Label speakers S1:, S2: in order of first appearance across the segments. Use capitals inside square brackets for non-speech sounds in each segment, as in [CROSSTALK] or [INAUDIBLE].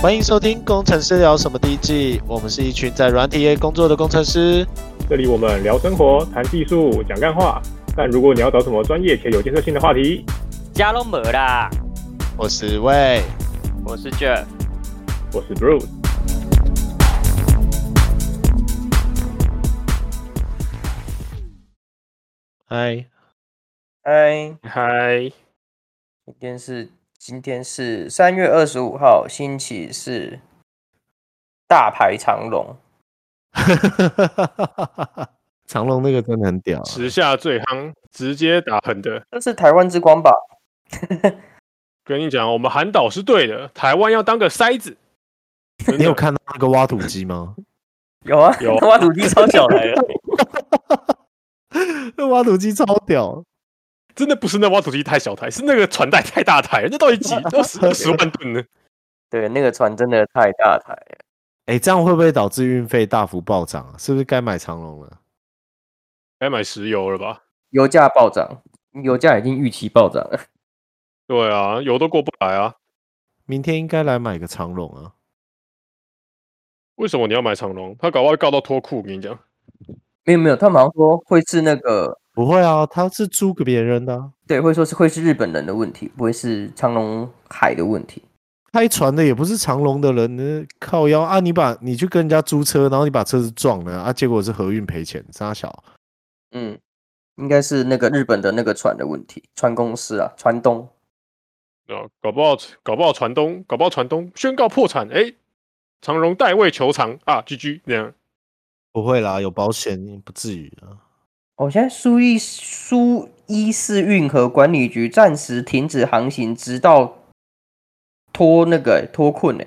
S1: 欢迎收听《工程师聊什么》第一季，我们是一群在软体业工作的工程师。
S2: 这里我们聊生活、谈技术、讲干话。但如果你要找什么专业且有建设性的话题，
S3: 加隆没啦，
S1: 我是魏，
S3: 我是 Jeff，
S2: 我是 Bruce。
S1: 嗨，
S4: 嗨，
S2: 嗨，
S4: 今天是今天是三月二十五号，星期四，大排长龙。
S1: [LAUGHS] 长隆那个真的很屌啊、
S2: 时下最夯，直接打横的。
S4: 这是台湾之光吧？
S2: 跟你讲，我们韩导是对的，台湾要当个筛子。真
S1: [LAUGHS] 你有
S2: 的
S1: 看到那个挖土机吗？
S4: 有啊，
S2: 有
S4: 挖土地超小来了。
S1: [LAUGHS] 那挖土机超屌，
S2: 真的不是那挖土机太小台，是那个船带太大台，那到底几二十二十万吨呢？
S4: [LAUGHS] 对，那个船真的太大台了。
S1: 哎，这样会不会导致运费大幅暴涨啊？是不是该买长隆了？
S2: 该买石油了吧？
S4: 油价暴涨，油价已经预期暴涨了。 [LAUGHS]
S2: 对啊，油都过不来啊。
S1: 明天应该来买个长隆啊！
S2: 为什么你要买长隆？他搞不好告到脱裤，我跟你讲。
S4: 没有没有，他们好像说会是那个，
S1: 不会啊，他是租给别人的啊、
S4: 对，会说是会是日本人的问题，不会是长隆海的问题。
S1: 开船的也不是长隆的人，那靠腰啊！你把你去跟人家租车，然后你把车子撞了啊，结果是合运赔钱，傻小。
S4: 嗯，应该是那个日本的那个船的问题，船公司啊，船东。
S2: 啊，搞不好搞不好船东，搞不好船东宣告破产，哎，长荣代位求偿啊，GG 这样。
S1: 不会啦，有保险不至于啊。
S4: 哦，现在苏伊苏伊士运河管理局暂时停止航行，直到脱那个欸脱困呢。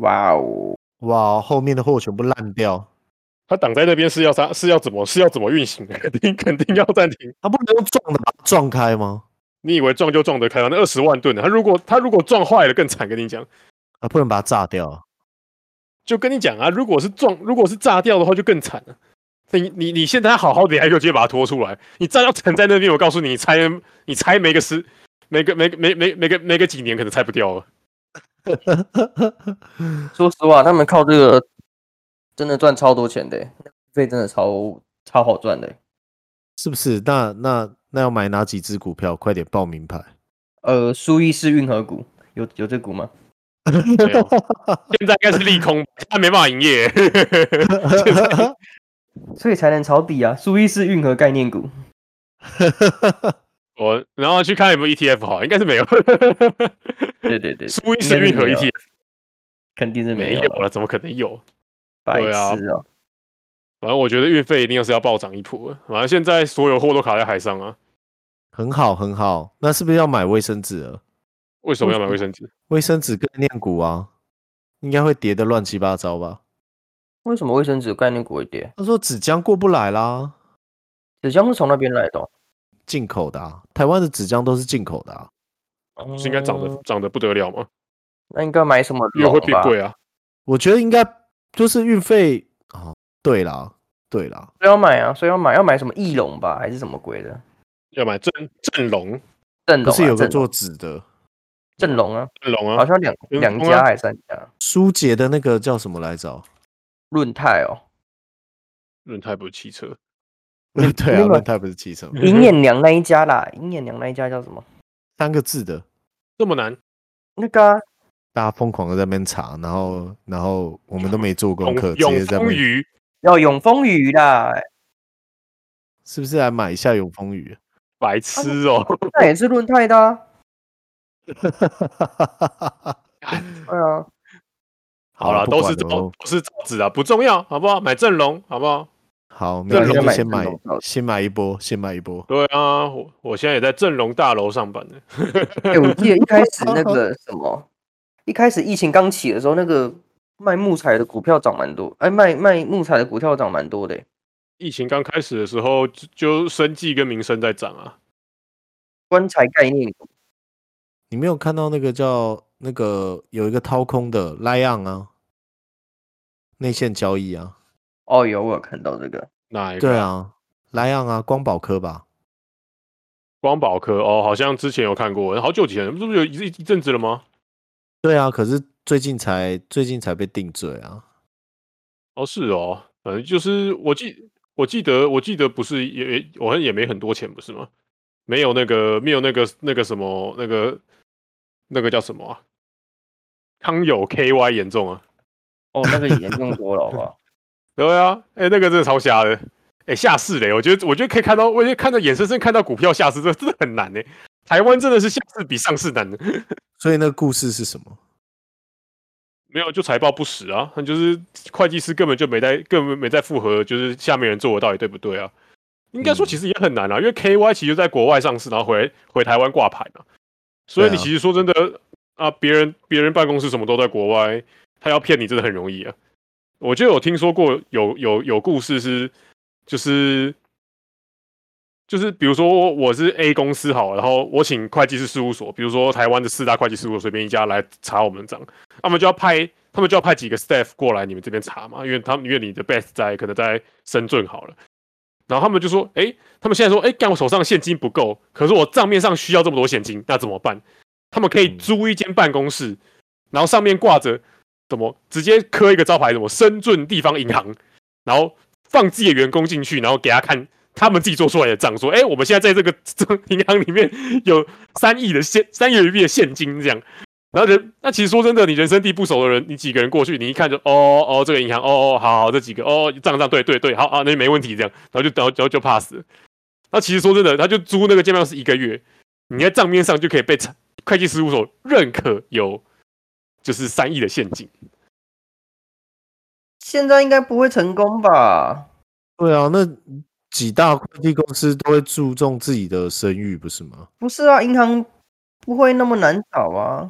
S4: 哇哦，
S1: 哇，后面的货全部烂掉，
S2: 他挡在那边是要啥？是要怎么？是要怎么运行的？ [LAUGHS] 肯定肯定要暂停。
S1: 啊他不能用撞的把它撞开吗？
S2: 你以为撞就撞得开吗？那二十万吨啊的，他如果他如果撞坏了更惨，跟你讲，
S1: 啊，不能把它炸掉啊。
S2: 就跟你讲啊，如果是撞，如果是炸掉的话就更惨了。你你你现在好好的，你还有机会把它拖出来，你炸掉沉在那边，我告诉你，你拆你拆没个十，没个没个没没没个没个几年可能拆不掉了。
S4: 说实话，他们靠这个真的赚超多钱的欸，费真的超超好赚的欸。
S1: 是不是？那那那要买哪几只股票？快点报名牌。 [LAUGHS]
S4: 呃，苏伊士运河股有有这股吗？
S2: 没有啊现在应该是利空，他没办法营业。
S4: 所以才能抄底啊！苏伊士运河概念股，
S2: 我然后去看有没有 ETF 好，应该是没有。
S4: 对对对，
S2: 苏伊士运河
S4: 应该是没有
S2: ETF
S4: 肯定是没
S2: 没
S4: 有
S2: 有
S4: 了，
S2: 了，怎么可能有？
S4: 白
S2: 对啊
S4: 痴哦、
S2: 反正我觉得运费一定要是要暴涨一波。反正现在所有货都卡在海上啊，
S1: 很好很好，那是不是要买卫生纸了？
S2: 为什么要买卫生纸？
S1: 卫生纸概念股啊，应该会跌得乱七八糟吧？
S4: 为什么卫生纸概念股会跌？
S1: 他说纸浆过不来啦，
S4: 纸浆是从那边来的哦、
S1: 进口的、啊，台湾的纸浆都是进口的、啊。
S2: 不是应该涨得
S4: 嗯
S2: 涨得不得了吗？
S4: 那应该买什么
S2: 越会
S4: 龙
S2: 变
S4: 吧
S2: 贵啊！
S1: 我觉得应该就是运费哦。对啦，对啦，
S4: 所以要买啊，所以要买，要买什么翼龙吧，还是什么鬼的？
S2: 要买正正龙
S4: 正
S1: 不
S4: 龙、啊、
S1: 是有个
S4: 正
S1: 做
S4: 龙
S1: 纸的
S4: 正龙啊，
S2: 正龙
S4: 好
S2: 啊，
S4: 像两
S2: 圆
S4: 两
S5: 嗯
S2: 通
S4: 家
S2: 啊
S4: 还是三家？
S1: 舒洁的那个叫什么来着？
S4: 润泰哦，
S2: 润泰不是汽车，
S1: 对
S4: 没
S1: 啊，
S4: 有
S1: 轮胎不是汽车，
S5: 嗯
S4: 银眼娘那一家啦，银眼娘那一家叫什么？
S1: 三个字的，
S2: 这么难，
S4: 那个啊、
S1: 大家疯狂的在那边查，然后然后我们都没做功课，
S2: 永
S1: 直接
S2: 永
S1: 在那
S2: 丰
S1: 边
S2: 鱼
S4: 要永丰鱼啦，
S1: 是不是来买一下永丰 [LAUGHS] 鱼？
S2: 白痴哦、
S4: 那也是润泰的、啊。对啊，
S2: 好啦，
S1: 不管
S2: 都是造
S1: 了哦
S2: 都是造纸啊，不重要，好不好？买正龙，好不好？
S1: 好，明
S4: 对
S1: 天
S4: 要
S1: 就
S4: 买
S1: 先
S4: 这
S1: 买
S4: 种造
S1: 先买一波，先买一波。
S2: 对啊，我我现在也在正龙大楼上班呢。
S4: 哎、我记得一开始那
S5: [LAUGHS]
S4: 个什么，一开始疫情刚起的时候，那个卖木材的股票涨蛮多，哎，卖卖木材的股票涨蛮多的欸、
S2: 疫情刚开始的时候，就就生计跟民生在涨啊，
S4: 棺材概念股，
S1: 你没有看到那个叫那个有一个掏空的 Lion 啊，内线交易啊，
S4: 哦，有我有看到这个，
S2: 哪一个？
S1: 对啊，Lion 啊，光宝科吧，
S2: 光宝科哦，好像之前有看过，好久以前，不是有一一一阵子了吗？
S1: 对啊，可是最近才最近才被定罪啊。
S2: 哦，是哦，反正就是我记我记得我记得不是也也我好像也没很多钱，不是吗？没有那个没有那个那个什么那个那个叫什么啊？康有 KY 严重啊？
S5: 哦，那个也严重多了，好不好？
S2: 对啊，哎、那个真的超瞎的，哎、下市嘞！我觉得我觉得可以看到，我觉得看到眼睁睁看到股票下市，这真的很难呢。台湾真的是下市比上市难的，
S1: 所以那个故事是什么？
S2: 没有就财报不实啊，那就是会计师根本就没在根本没在复核，就是下面人做的到底对不对啊？应该说
S1: 嗯
S2: 其实也很难啊，因为 KY 其实就在国外上市，然后回回台湾挂牌嘛，所以
S1: 对啊
S2: 你其实说真的啊，别人别人办公室什么都在国外，他要骗你真的很容易啊。我就有听说过有有有故事是，就是就是比如说我我是 A 公司好了，然后我请会计师事务所，比如说台湾的四大会计事务所随便一家来查我们账，他们就要派他们就要派几个 staff 过来你们这边查嘛，因为他们因为你的 base 在可能在深圳好了，然后他们就说，诶，他们现在说，诶，干我手上现金不够，可是我账面上需要这么多现金，那怎么办？他们可以
S1: 嗯
S2: 租一间办公室，然后上面挂着什么，直接刻一个招牌，什么深圳地方银行，然后放自己的员工进去，然后给他看他们自己做出来的账，说，诶，哎我们现在在这个这个银行里面有三亿的现三亿人民币的现金这样。然后人，那其实说真的，你人生地不熟的人，你几个人过去，你一看就哦哦，这个银行哦哦，好好，这几个哦账账对对对，好啊，那没问题这样，然后就然后然后就 pass 了。那其实说真的，他就租那个建办是一个月，你在账面上就可以被查会计事务所认可有就是三亿的现金。
S5: 现在应该不会成功吧？
S1: 对啊，那几大会计公司都会注重自己的声誉，不是吗？
S5: 不是啊，银行不会那么难找啊。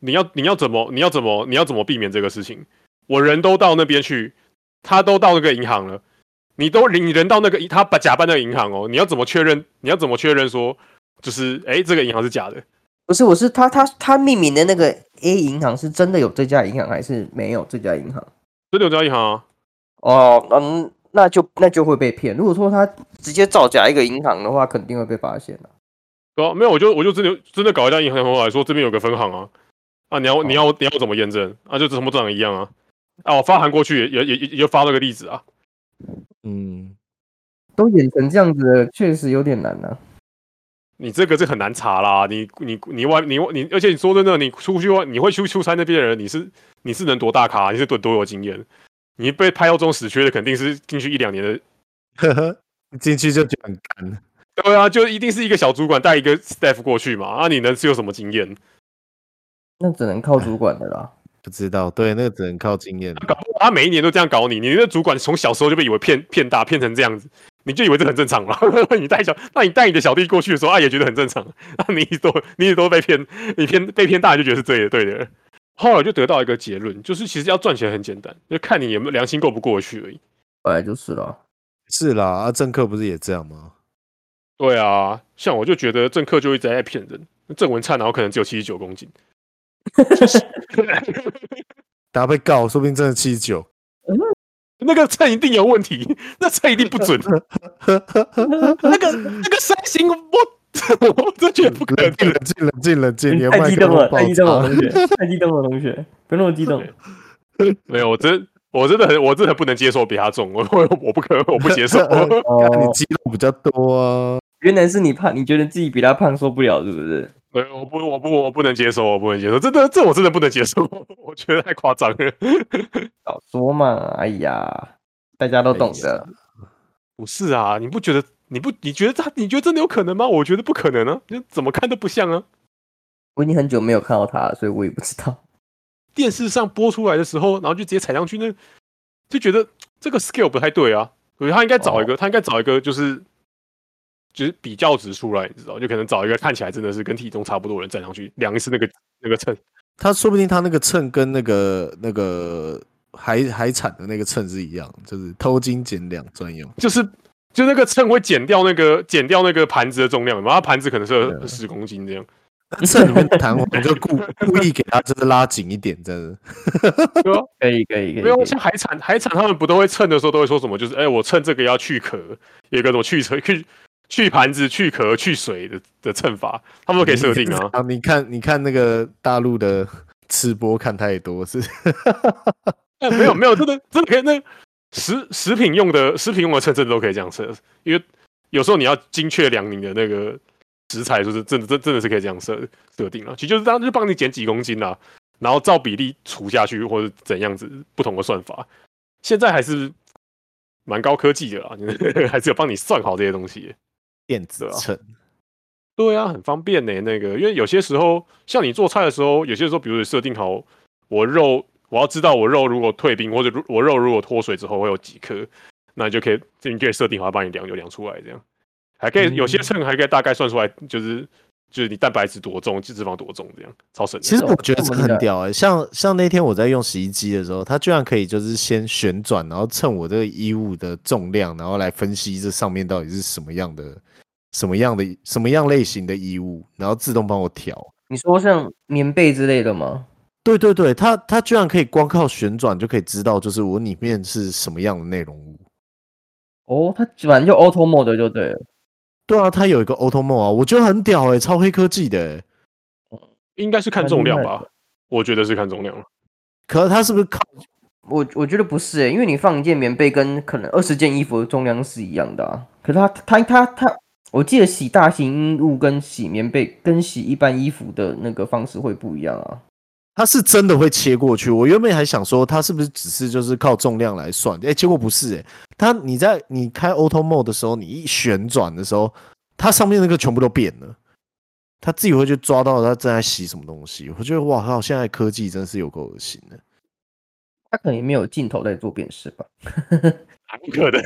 S2: 你要你要怎么你要怎么你要怎么避免这个事情？我人都到那边去，他都到那个银行了，你都你人到那个他把假扮那个银行哦，你要怎么确认？你要怎么确认说就是哎、诶这个银行是假的？
S5: 不是，我是他他他命名的那个 A 银行是真的有这家银行还是没有这家银行？
S2: 真的有这家银行啊？
S5: 哦，嗯，那就那就会被骗。如果说他直接造假一个银行的话，肯定会被发现的、
S2: 对啊，没有，我就我就真的真的搞一家银行过来说，这边有个分行啊，啊，你要你要你要怎么验证啊？就怎么长一样啊？啊，我发函过去也也也也就发了个例子啊，
S1: 嗯， [LAUGHS]
S5: 都演成这样子了，确实有点难呐、啊
S2: 你这个是很难查啦，你你你外你你，而且你说真的，你出去外你会去出差那边的人，你是你是能多大咖，你是多多有经验，你被拍到这种死缺的，肯定是进去一两年的，
S1: 呵呵，进去就觉得很干。
S2: 对啊，就一定是一个小主管带一个 staff 过去嘛，啊，你能是有什么经验？
S5: 那只能靠主管的啦。 [LAUGHS]
S1: 不知道，对，那个只能靠经验。
S2: 搞不好他每一年都这样搞你，你那主管从小时候就被以为骗骗大骗成这样子，你就以为这很正常了。 [LAUGHS] 你带小，那你带你的小弟过去的时候，啊也觉得很正常，那你都你也都被骗，你骗被骗大就觉得是对的对的。后来就得到一个结论，就是其实要赚钱很简单，就看你有没有良心过不过得去而已。
S5: 本来就是啦。
S1: 是啦，啊，政客不是也这样吗？
S2: 对啊，像我就觉得政客就一直在骗人，郑文灿然后可能只有七十九公斤， [LAUGHS]
S1: 大家被告，说不定真的七十九。
S2: 那个秤一定有问题，那秤一定不准，那个那个三星我 [LAUGHS] 我真觉得不可
S1: 冷静，
S2: 能。
S1: 冷静，冷静，冷静！你的
S4: 太
S1: 麦
S4: 激
S1: 克
S4: 动
S1: 风
S4: 哎了，
S1: 爆
S4: 太激动了，
S1: 炸。
S4: 同学，太激动了，同学，不用那么激动。
S2: 没有，我真我真的很我真的不能接受比他重，我我我不可我不接受。
S1: 看你
S4: 哦，
S1: 肌肉比较多啊，
S4: [LAUGHS] 原来是你胖，你觉得自己比他胖受不了，是不是？
S2: 没有，我不我不我不能接受，我不能接受，真的这我真的不能接受，我觉得太夸张了。
S5: 早说嘛，哎呀，大家都懂
S1: 哎
S5: 的。
S2: 不是啊，你不觉得你不你觉得他你觉得真的有可能吗？我觉得不可能啊，就怎么看都不像啊。
S5: 我已经很久没有看到他了，所以我也不知道。
S2: 电视上播出来的时候，然后就直接踩上去，那就觉得这个 scale 不太对啊。我觉得他应该找一个，他应该找一个就是就是比较值出来，你知道，就可能找一个看起来真的是跟体重差不多的人站上去量一次那个那个秤。
S1: 他说不定他那个秤跟那个那个海海产的那个秤是一样，就是偷斤减两专用。
S2: 就是就那个秤会减掉那个减掉那个盘子的重量嘛，它盘子可能是十公斤这样。
S1: 那秤里面的弹簧就故 [LAUGHS] 故意给他就是拉紧一点，真的。
S2: 对啊，
S5: [LAUGHS] 可以，可以，可以。
S2: 没有像海产海产他们不都会称的时候都会说什么，就是哎、我称这个要去壳，有一个什么去壳去去盘子、去壳、去水的的称法，他们都可以设定啊。
S1: 啊！你看，你看那个大陆的吃播看太多是， [LAUGHS]
S2: 哎，没有没有，真的真的可以，那食食品用的食品用的秤真的都可以这样测，因为有时候你要精确量你的那个食材，就是真的真真的是可以这样设设定了。啊其实就是当就帮你减几公斤啦、啊然后照比例除下去或者怎样子不同的算法。现在还是蛮高科技的啦，还是有 [LAUGHS] 帮你算好这些东西耶。
S1: 电子
S2: 对啊
S1: 秤，
S2: 对啊，很方便呢、那个，因为有些时候，像你做菜的时候，有些时候，比如设定好我肉，我要知道我肉如果退冰，或者如我肉如果脱水之后会有几颗，那你就可以，这你就可以设定好，帮你量就量出来，这样还可以有
S1: 嗯
S2: 些秤还可以大概算出来，就是就是你蛋白质多重，脂肪多重，这样超省的。
S1: 其实
S5: 这
S1: 我
S5: 种
S1: 觉得
S5: 这
S1: 这
S5: 种
S1: 很
S5: 的
S1: 屌哎、像像那天我在用洗衣机的时候，它居然可以就是先旋转，然后称我这个衣物的重量，然后来分析这上面到底是什么样的、什么样的、什么样类型的衣物，然后自动帮我调。
S5: 你说像棉被之类的吗？
S1: 对对对，它它居然可以光靠旋转就可以知道，就是我里面是什么样的内容物。
S5: 哦，它反正就 auto mode 就对了。
S1: 对啊，它有一个 auto mode 啊，我觉得很屌哎、超黑科技的、欸。
S2: 应该是看重量
S5: 蛮厉
S2: 吧，我觉得是看重量了。
S1: 可是它是不是靠？
S5: 我我觉得不是、欸，因为你放一件棉被跟可能二十件衣服的重量是一样的啊。可是它它它它，我记得洗大型衣物跟洗棉被跟洗一般衣服的那个方式会不一样啊。
S1: 它是真的会切过去。我原本还想说，它是不是只是就是靠重量来算？哎、结果不是哎、它你在你开 auto mode 的时候，你一旋转的时候，它上面那个全部都变了，它自己会去抓到它正在洗什么东西。我觉得哇靠，现在科技真是有够恶心的。
S5: 它可能也没有镜头在做辨识吧。
S2: 不
S1: [LAUGHS]
S2: 可能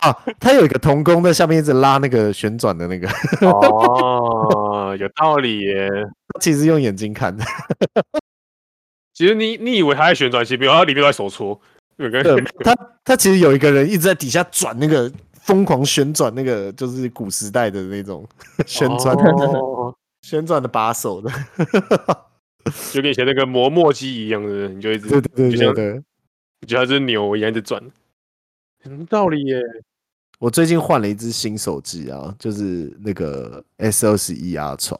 S1: 啊，它有一个童工在下面一直拉那个旋转的那个， [LAUGHS]
S2: 哦，有道理耶。
S1: 其实用眼睛看的，
S2: 其实你你以为它在旋转，其实没有，它里面都在手搓。有个
S1: 对，他他其实有一个人一直在底下转那个疯狂旋转那个，就是古时代的那种 [LAUGHS] 旋转、
S2: 哦
S1: 旋转的把手的，
S2: 就跟以前那个磨墨机一样的，你就一直
S1: 对对对
S2: 就
S1: 对
S2: 像
S1: 对。
S2: 就像只牛一样一直转，很道理耶。
S1: 我最近换了一只新手机啊，就是那个 S 二十一 Ultra，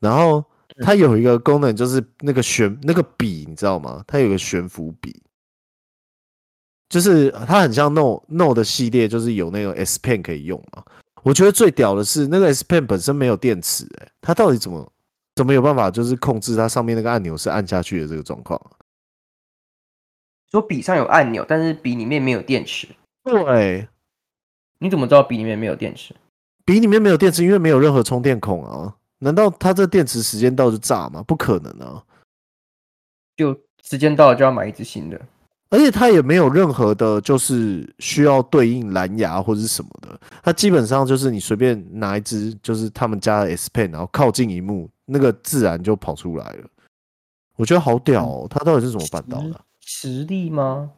S1: 然后它有一个功能就是那个悬那个笔，你知道吗？它有个悬浮笔，就是它很像 No No 的系列，就是有那种 S Pen 可以用嘛。我觉得最屌的是那个 S Pen 本身没有电池、欸，它到底怎么怎么有办法就是控制它上面那个按钮是按下去的这个状况？啊
S5: 说笔上有按钮，但是笔里面没有电池，
S1: 对，
S5: 你怎么知道笔里面没有电池？
S1: 笔里面没有电池，因为没有任何充电孔啊。难道它这电池时间到就炸吗？不可能啊！
S5: 就时间到了就要买一支新的。
S1: 而且它也没有任何的，就是需要对应蓝牙或者是什么的。它基本上就是你随便拿一支，就是他们家的 S Pen，然后靠近荧幕，那个自然就跑出来了。我觉得好屌哦！
S2: 嗯
S1: 它到底是怎么办到的啊？
S5: 实力吗？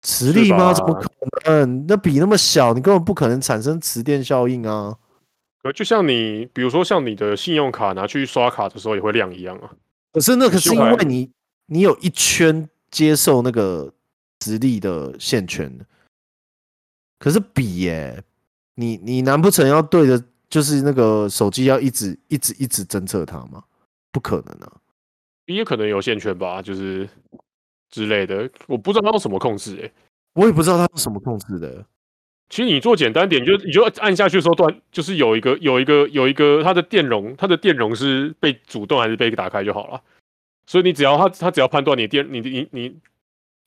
S1: 磁力吗？
S2: 是
S1: 怎
S2: 吧
S1: 么可能？那笔那么小，你根本不可能产生磁电效应啊！
S2: 可就像你，比如说像你的信用卡拿去刷卡的时候也会亮一样啊。
S1: 可是那可是
S2: 就
S1: 因
S2: 还
S1: 为你你有一圈接受那个直立的线圈，可是笔耶、你你难不成要对着就是那个手机要一直一直一直侦测它吗？不可能啊！
S2: 也可能有线圈吧，就是之类的，我不知道它用什么控制诶、
S1: 我也不知道它用什么控制的。
S2: 其实你做简单点，你就你就按下去的时候，突然就是有一个有一个有一个它的电容，它的电容是被主动还是被打开就好了。所以你只要它它只要判断你电你你你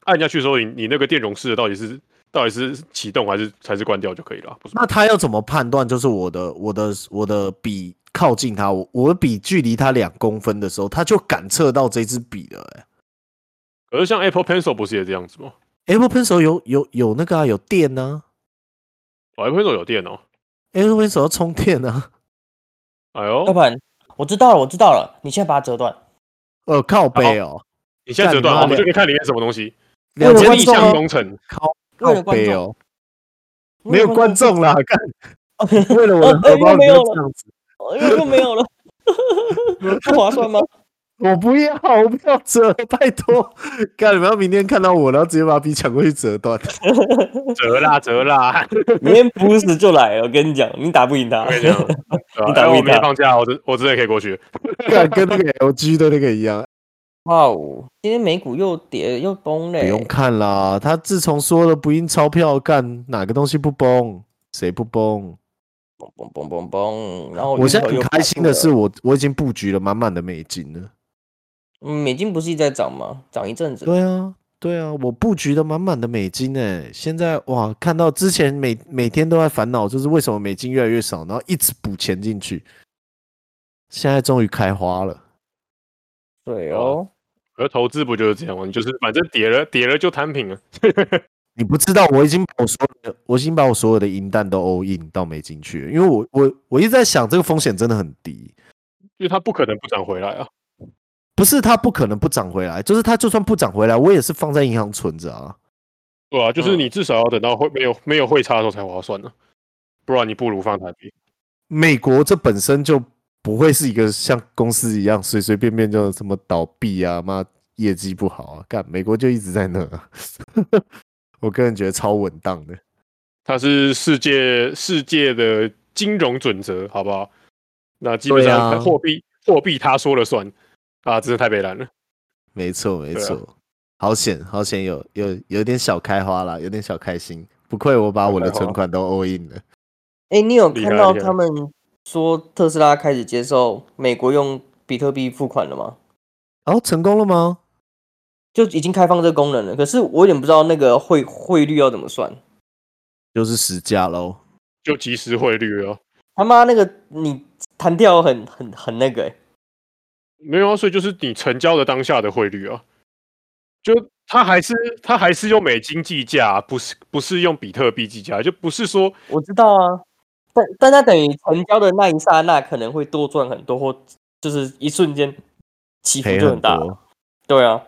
S2: 按下去的时候，你你那个电容式的到底是到底是启动还是还是关掉就可以了，不是吗？
S1: 那他要怎么判断？就是我的我的我的笔靠近它，我我的笔距离它两公分的时候，它就感测到这支笔了、欸。
S2: 可是像 Apple Pencil 不是也这样子吗
S1: Apple Pencil 有有有那个啊，有电呢、
S2: 哦？Apple Pencil 有电哦。
S1: Apple Pencil 要充电啊。
S2: 哎呦
S4: 要，不然我知道了，我知道了，你现在把它折断。
S1: 呃，靠背哦，
S2: 你现在折断，哦
S1: 干你妈
S2: 我们就可以看里面什么东西。
S1: 两
S4: 为了
S1: 千
S2: 逆
S4: 观众
S2: 向
S4: 啊
S2: 工程，
S1: 靠
S4: 为了
S1: 靠背
S4: 观
S1: 哦，
S4: 众
S1: 没有观众啦，干
S4: 众，
S1: 为了我的
S4: 哦哎
S1: 荷包
S4: 又
S1: 你
S4: 没有
S1: 就
S4: 了
S1: 这样子，
S4: 哎又没
S1: [LAUGHS]
S4: 有了，不划算吗？
S1: 我不要，我不要折，拜托，干你们要明天看到我，然后直接把笔抢过去折断， [LAUGHS]
S2: 折啦折啦，
S4: 明天不死就来了，我跟你讲，你打不赢他
S2: 可。以这样。对吧
S4: 你打
S2: 哎，
S4: 不
S2: 我
S4: 赢
S2: 没
S4: 他
S2: 放假，我真我真的可以过去。
S1: 干跟那个 LG 的那个一样，
S4: 哇哦，今天美股又跌又崩嘞，
S1: 不用看啦，他自从说了不印钞票，干哪个东西不崩？谁不崩？
S4: 嘣嘣嘣嘣嘣。然后
S1: 我现在
S4: Ripple
S1: 很
S4: 又
S1: 开心
S4: 发布
S1: 的
S4: 了
S1: 是，，我我已经布局了满满的美金了。
S4: 嗯美金不是一直在涨吗？涨一阵子，
S1: 对啊，对啊，我布局的满满的美金呢。现在哇，看到之前每每天都在烦恼，就是为什么美金越来越少，然后一直补钱进去，现在终于开花了。
S4: 对哦，
S2: 而投资不就是这样吗？你就是反正跌了，跌了就摊平了。
S1: 你不知道，我已经把我所有的，我已经把我所有的银弹都 all in 到美金去了，因为我我我一直在想，这个风险真的很低，
S2: 因为它不可能不涨回来啊。
S1: 不是它不可能不涨回来，就是它就算不涨回来，我也是放在银行存着啊。
S2: 对啊，就是
S4: 嗯
S2: 你至少要等到汇没有没有汇差的时候才划算呢、不然你不如放台币。
S1: 美国这本身就不会是一个像公司一样随随便便就什么倒闭啊，妈业绩不好啊，干美国就一直在那啊、 [LAUGHS] 我个人觉得超稳当的。
S2: 它是世界世界的金融准则，好不好？那基本
S1: 对啊
S2: 上货币、货币他说了算啊，真的太悲惨了。
S1: 没错，没
S2: 对啊
S1: 错，好险，好险有，有有点小开花啦，有点小开心。不愧我把我的
S2: 小开花
S1: 存款都 all in 了，
S4: 哎，你有
S2: 厉
S4: 看
S2: 害
S4: 到
S2: 厉害
S4: 他们说特斯拉开始接受美国用比特币付款了吗？
S1: 哦，成功了吗？
S4: 就已经开放这个功能了，可是我有点不知道那个汇汇率要怎么算。
S1: 就是十价喽。
S2: 就即时汇率哦，
S4: 他妈那个你弹掉很很很那个、欸，
S2: 没有啊，所以就是你成交的当下的汇率啊，就它还是它还是用美金计价，啊不是不是用比特币计价，就不是说
S4: 我知道啊，但但他等于成交的那一刹那可能会多赚很多，或就是一瞬间起伏
S1: 赔
S4: 就
S1: 很
S4: 大。
S1: 多，
S4: 对啊，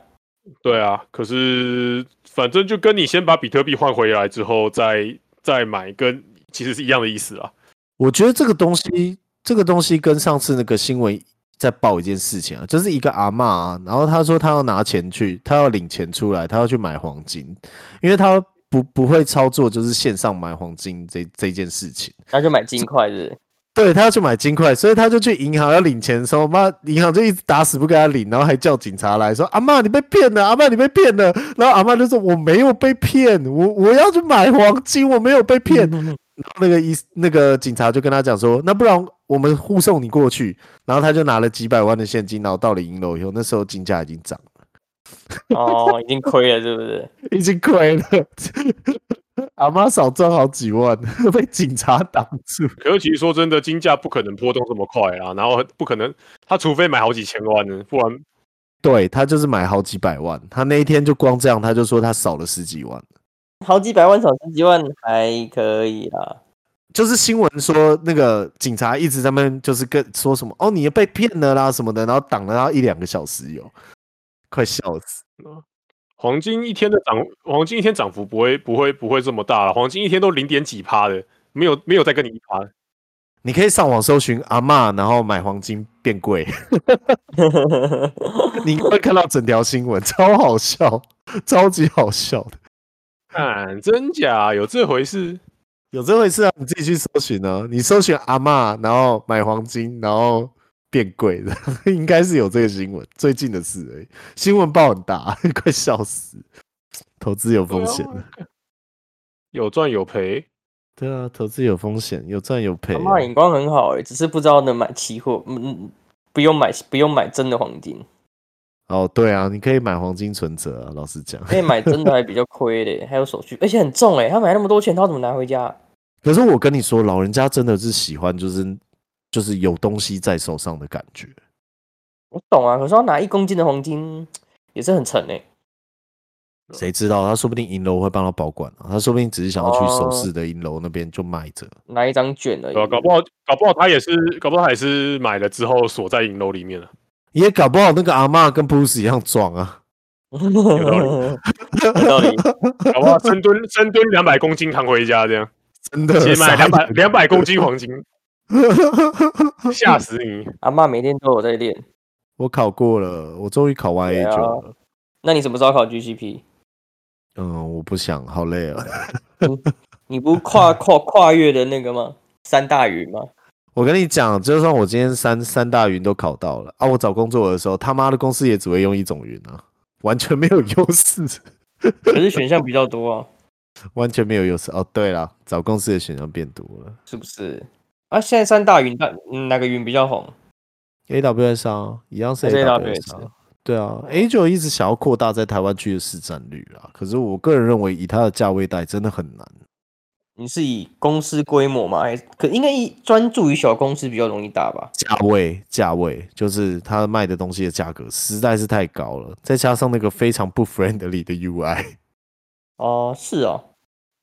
S2: 对啊，可是反正就跟你先把比特币换回来之后再再买，跟其实是一样的意思啊。
S1: 我觉得这个东西，这个东西跟上次那个新闻在报一件事情啊，就是一个阿嬷啊，然后她说她要拿钱去，她要领钱出来，她要去买黄金，因为她不不会操作就是线上买黄金这这件事情。
S4: 那就买金块是
S1: 对他要去买金块，所以他就去银行要领钱的时候，妈银行就一直打死不给他领，然后还叫警察来说：“阿妈你被骗了，阿妈你被骗了。”然后阿妈就说：“我没有被骗，我我要去买黄金，我没有被
S4: 不是
S1: 骗。”然后那个医那个警察就跟他讲说：“那不然我们护送你过去。”然后他就拿了几百万的现金，然后到了银楼以后，那时候金价已经涨了， [LAUGHS]
S4: 哦，已经亏了是不是？
S1: 已经亏了， [LAUGHS] 阿妈少赚好几万， [LAUGHS] 被警察挡住。
S2: 可是其实说真的，金价不可能波动这么快啊，然后不可能，他除非买好几千万呢，不然
S1: 对他就是买好几百万，他那一天就光这样，他就说他少了十几万。
S4: 好几百万少十几万还可以啦，
S1: 就是新闻说那个警察一直在那边就是跟说什么哦你被骗了啦什么的，然后挡了他一两个小时有，快笑死！
S2: 黄金一天的涨，黄金一天涨幅不会不会不会这么大了，黄金一天都零点几趴的，没有没有再跟你一趴的，
S1: 你可以上网搜寻阿嬷，然后买黄金变贵，你应该会看到整条新闻，超好笑，超级好笑的。
S2: 看真假有这回事？
S1: 有这回事啊？你自己去搜寻啊，你搜寻阿嬷，然后买黄金，然后变贵的， [LAUGHS] 应该是有这个新闻，最近的事而已。新闻报很大， [LAUGHS] 快笑死！投资有风险的，
S2: 有赚有赔，
S1: 对啊，投资有风险，有赚有赔
S4: 阿
S1: 啊、
S4: 妈眼光很好哎、只是不知道能买期货，嗯嗯，不用买不用买真的黄金，
S1: 哦，对啊，你可以买黄金存折啊。老实讲，
S4: 因为买真的还 [LAUGHS] 比较亏嘞、还有手续，而且很重哎、他买那么多钱，他怎么拿回家啊？
S1: 可是我跟你说，老人家真的是喜欢，就是就是有东西在手上的感觉。
S4: 我懂啊，可是要拿一公斤的黄金也是很沉欸诶、
S1: 谁知道他说不定银楼会帮他保管啊，他说不定只是想要去首
S4: 哦
S1: 饰的银楼那边就卖着。
S4: 拿一张卷而已。
S2: 对吧、啊搞不好搞不好他也是搞不好他也是买了之后锁在银楼里面啊了，
S1: 也搞不好那个阿嬷跟布鲁斯一样壮啊！ [LAUGHS]
S2: 有道理
S4: 有道理，
S2: 搞不 [LAUGHS] 好深蹲深蹲两百公斤扛回家这
S1: [LAUGHS]
S2: 样。
S1: 真的，
S2: 先
S1: 傻
S2: 买两百
S1: 眼
S2: 两百公斤黄
S1: [LAUGHS]
S2: 金，吓死你！
S4: [LAUGHS] 阿妈每天都有在练。
S1: 我考过了，我终于考完 A
S4: 对啊
S1: 九了。
S4: 那你什么时候考 GCP？
S1: 嗯，我不想，好累啊！
S4: [LAUGHS] 你不跨跨跨越的那个吗？三大鱼吗？
S1: [LAUGHS] 我跟你讲，就算我今天三三大云都考到了啊，我找工作的时候，他妈的公司也只会用一种云啊，完全没有优势， [LAUGHS]
S4: 可是选项比较多啊， [LAUGHS]
S1: 完全没有优势。哦，对了，找公司的选项变多了
S4: 是不是？啊，现在三大云，大嗯哪个云比较红？
S1: ，AWS 啊，一样是
S4: 还是
S1: AWS 啊
S4: AWS
S1: 对啊，A 九一直想要扩大在台湾区的市占率啊，可是我个人认为，以它的价位带真的很难。
S4: 你是以公司规模吗？还是可应该以专注于小公司比较容易打吧？
S1: 价位，价位就是它卖的东西的价格实在是太高了，再加上那个非常不 friendly 的 UI，
S4: 哦，是哦，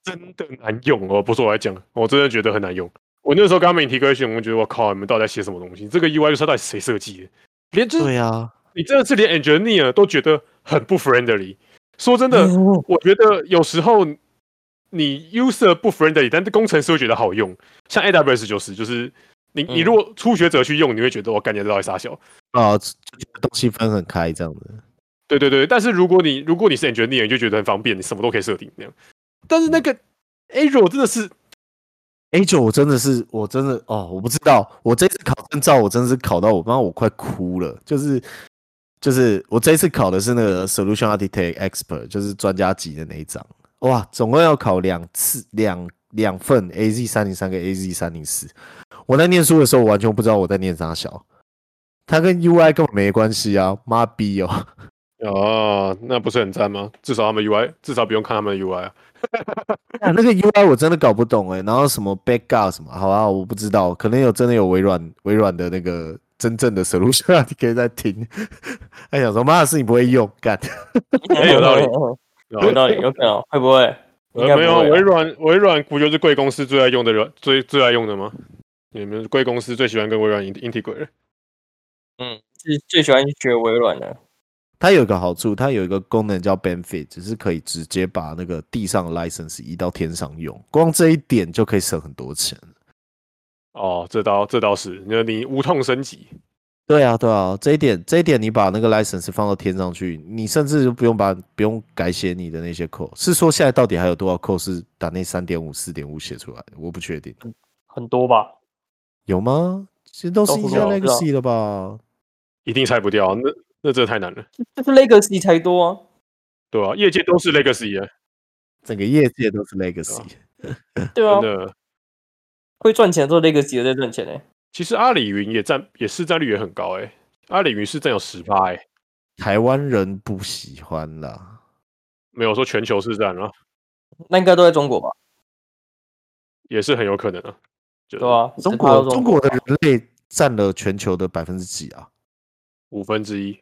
S2: 真的难用哦，不是我来讲，我真的觉得很难用。我那时候刚没提 question，我觉得我靠，你们到底在写什么东西？这个 UI 就是到底谁设计的？连就是
S1: 啊，
S2: 你真的是连 engineer 都觉得很不 friendly。说
S1: 嗯
S2: 真的，
S4: [LAUGHS]
S2: 我觉得有时候你 user 不 friendly，但是工程师会觉得好用。像 AWS 就是，就是你你
S4: 嗯
S2: 如果初学者去用，你会觉得我感觉到底傻小。
S1: 啊，就觉得东西分很开这样子。
S2: 对对对，但是如果你如果你是 engineer，你就觉得很方便，你什么都可以设定那样。但是那个 Azure 真的是
S1: A 九我真的是，我真的哦，我不知道，我这次考证照我真的是考到我妈我快哭了，就是就是我这次考的是那个 Solution Architect Expert，就是专家级的那一张，哇，总共要考两次两两份 AZ 三零三跟 AZ 三零四，我在念书的时候我完全不知道我在念啥小，它跟 UI 根本没关系啊，妈逼哦！
S2: 哦，那不是很赞吗？至少他们 UI，至少不用看他们的 UI 啊。
S1: 啊那个 UI 我真的搞不懂哎、然后什么 backup 什么，好啊，我不知道，可能有真的有微软微软的那个真正的 solution，啊你 [LAUGHS] 可以在听。哎他想说，妈的是你不会用，干，
S2: 哎有道理
S4: 有道理，有可能会不会？应该
S2: [LAUGHS] 呃、没有，
S4: 不会啊
S2: 微软微软不就是贵公司最爱用的软最最爱用的吗？你们贵公司最喜欢跟微软 int- integrate 了
S4: 嗯，是最喜欢去学微软的，
S1: 它有一个好处，它有一个功能叫 benefit，只是可以直接把那个地上的 license 移到天上用，光这一点就可以省很多钱。
S2: 哦，这倒这倒是，那你无痛升级，
S1: 对啊，对啊，这一点这一点你把那个 license 放到天上去，你甚至就不用把不用改写你的那些 code，是说现在到底还有多少 code 是把那三点五、四点五写出来的？我不确定。
S4: 很多吧？
S1: 有吗？其实都是
S4: 都
S1: 一
S4: 不
S1: 家
S4: 知道不知道
S1: Legacy 的吧？
S2: 一定拆不掉，啊那那真的太难了，
S4: 就是 Legacy 才多啊。
S2: 对吧、业界都是 legacy 啊，
S1: 整个业界都
S4: 啊
S1: 是 Legacy，
S4: 对啊
S2: 真，的。
S4: 会赚钱的都是 Legacy 的在赚钱呢、
S2: 其实阿里云也占也市占率也很高哎、阿里云市占有十趴哎，
S1: 台湾人不喜欢啦。
S2: 没有说全球市占啊，
S4: 那应该都在中国吧？
S2: 也是很有可能啊。就
S4: 对吧、啊？
S1: 中
S4: 10%都
S1: 国
S4: 是
S1: 中
S4: 中国
S1: 国的人类占了全球的百分之几啊？
S2: 五分之一，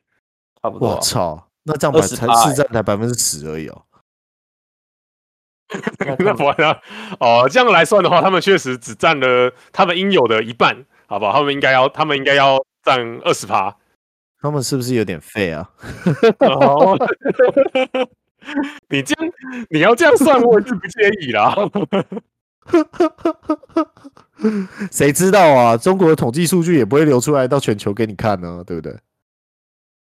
S4: 差不多、
S1: 我
S4: 啊。
S1: 操！那这样百
S4: 28
S1: 才
S4: 欸
S1: 市占才百分之十而已哦。
S4: 那
S2: [LAUGHS] 那
S4: 看
S2: 不然啊哦，这样来算的话，他们确实只占了他们应有的一半，好不好？他们应该要，他们应该要占二十 [LAUGHS] 趴。
S1: 他们是不是有点废啊？ [LAUGHS]
S2: 哦， [LAUGHS] 你这样，你要这样算，我也是不介意啦。 [LAUGHS]
S1: 谁知道啊？中国的统计数据也不会流出来到全球给你看呢、对不对？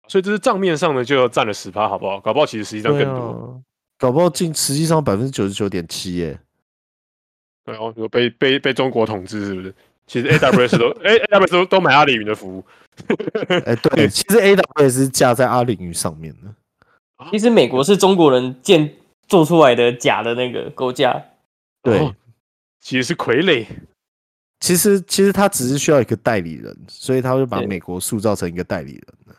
S2: 所以这是账面上的就占了十趴，好不好？搞不好其实实际上更多。
S1: 啊，搞不好近实际上百分之九十九点七
S4: [LAUGHS]
S1: 耶。
S2: 对哦，有被被被中国统治是不是？其实 AWS 都 [LAUGHS] A AWS 都都买阿里云的服务，
S1: 哎、对，其实 AWS 是架在阿里云上面的。
S4: 其实美国是中国人建做出来的假的那个构架，
S1: 对，
S2: 哦其实是傀儡。
S1: 其实其实他只是需要一个代理人，所以他会把
S4: 对
S1: 美国塑造成一个代理人。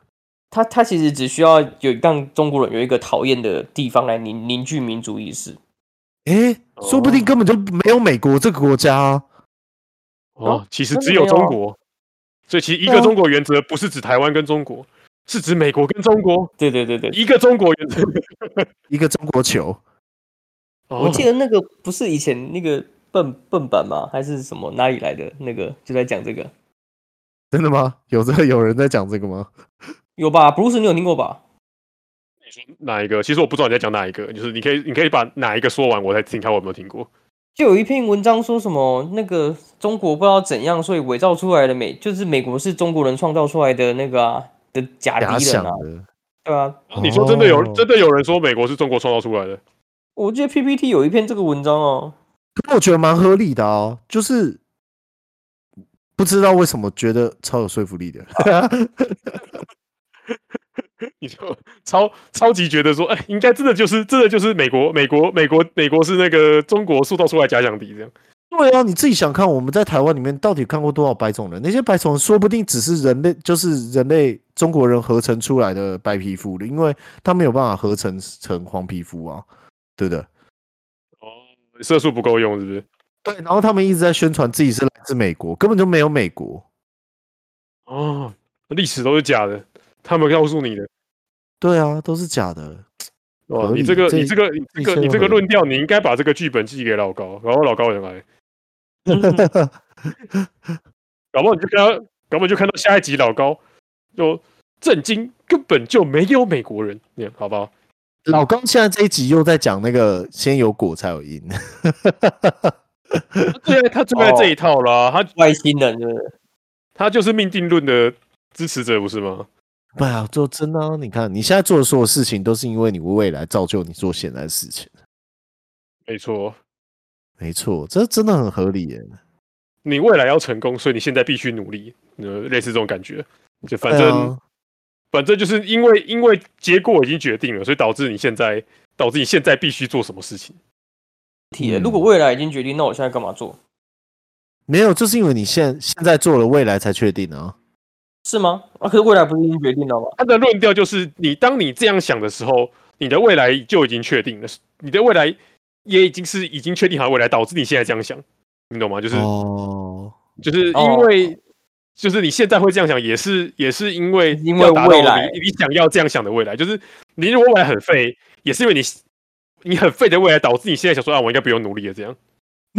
S4: 它它其实只需要有让中国人有一个讨厌的地方来凝凝聚民族意识。
S1: 诶、
S2: 哦
S1: 说不定根本就没有美国这个国家、啊。
S2: 哦
S4: 哦，
S2: 其实
S4: 真的
S2: 只有
S4: 没有
S2: 中
S4: 啊
S2: 国，所以其实一
S4: 对
S2: 个
S4: 啊
S2: 中国原则不是指台湾跟中国，是指美国跟中国
S4: 对对对对，
S2: 一个中国原则。
S1: 一个中国球，
S4: 我
S2: 哦，
S4: 记得那个不是以前那个笨笨版吗？还是什么哪里来的那个就在讲这个？
S1: 真的吗？有这有人在讲这个吗？
S4: 有吧？Bruce 你有听过吧？
S2: 哪一个？其实我不知道你在讲哪一个，就是你可以你可以把哪一个说完，我再听看我有没有听过。
S4: 就有一篇文章说什么那个中国不知道怎样，所以伪造出来的美就是美国是中国人创造出来的那个啊的假
S1: 假
S4: 敌人
S1: 想
S4: 啊，
S1: 的，
S4: 对啊。
S2: 你说真的有、
S1: 哦
S2: 真的有人说美国是中国创造出来的？
S4: 我记得 PPT 有一篇这个文章哦，
S1: 可我觉得蛮合理的哦、就是啊不知道为什么觉得超有说服力的。
S2: 你就 [LAUGHS] 超超级觉得说，哎、应该真的就是真的就是美国美国美国美国是那个中国塑造出来假想敌这样。
S1: 对啊，你自己想看，我们在台湾里面到底看过多少白种人？那些白种人说不定只是人类，就是人类中国人合成出来的白皮肤的，因为他没有办法合成成黄皮肤啊， [LAUGHS] 对不对？
S2: 哦，色素不够用是不是？
S1: 对，然后他们一直在宣传自己是来自美国，根本就没有美国。
S2: 哦，历史都是假的，他们告诉你的。
S1: 对啊，都是假的。
S2: 哇，
S1: 合
S2: 哦你
S1: 理
S2: 这个你
S1: 这
S2: 这个你这
S1: 这一
S2: 个
S1: 切
S2: 你
S1: 都
S2: 这个
S1: 合理
S2: 论调，你应该把这个剧本寄给老高，然后老高
S1: [LAUGHS]
S2: 人来，搞不好你就看到，搞不好你就看到下一集老高就震惊，根本就没有美国人，这样好不好？
S1: 老高现在这一集又在讲那个先有果才有因， [LAUGHS]
S2: 他最爱他最爱这一套啦，他
S4: 外星人对不对？
S2: 哦他就是命定论的支持者，不是吗？
S1: 对啊，就真的、啊。你看你现在做的所有事情，都是因为你未来造就你做现在的事情。
S2: 没错，
S1: 没错，这真的很合理耶。
S2: 你未来要成功，所以你现在必须努力，呃，类似这种感觉。就反
S1: 对
S2: 正、
S1: 啊
S2: 反正就是因为因为结果已经决定了，所以导致你现在导致你现在必须做什么事情。
S4: 体了
S1: 嗯
S4: 如果未来已经决定，那我现在干嘛做？
S1: 没有，就是因为你现现在做了，未来才确定啊。
S4: 是吗？啊，可是未来不是已经决定了吗？
S2: 他的论调就是，你当你这样想的时候，你的未来就已经确定了，你的未来也已经是已经确定好的未来，导致你现在这样想，你懂吗？就是、
S1: 哦，
S2: 就是因
S4: 哦
S2: 为、就是你现在会这样想，也是也是因为
S4: 因为
S2: 要达到
S4: 未来
S2: 你你想要这样想的未来，就是你如果未来很废，也是因为你你很废的未来，导致你现在想说啊，我应该不用努力了这样。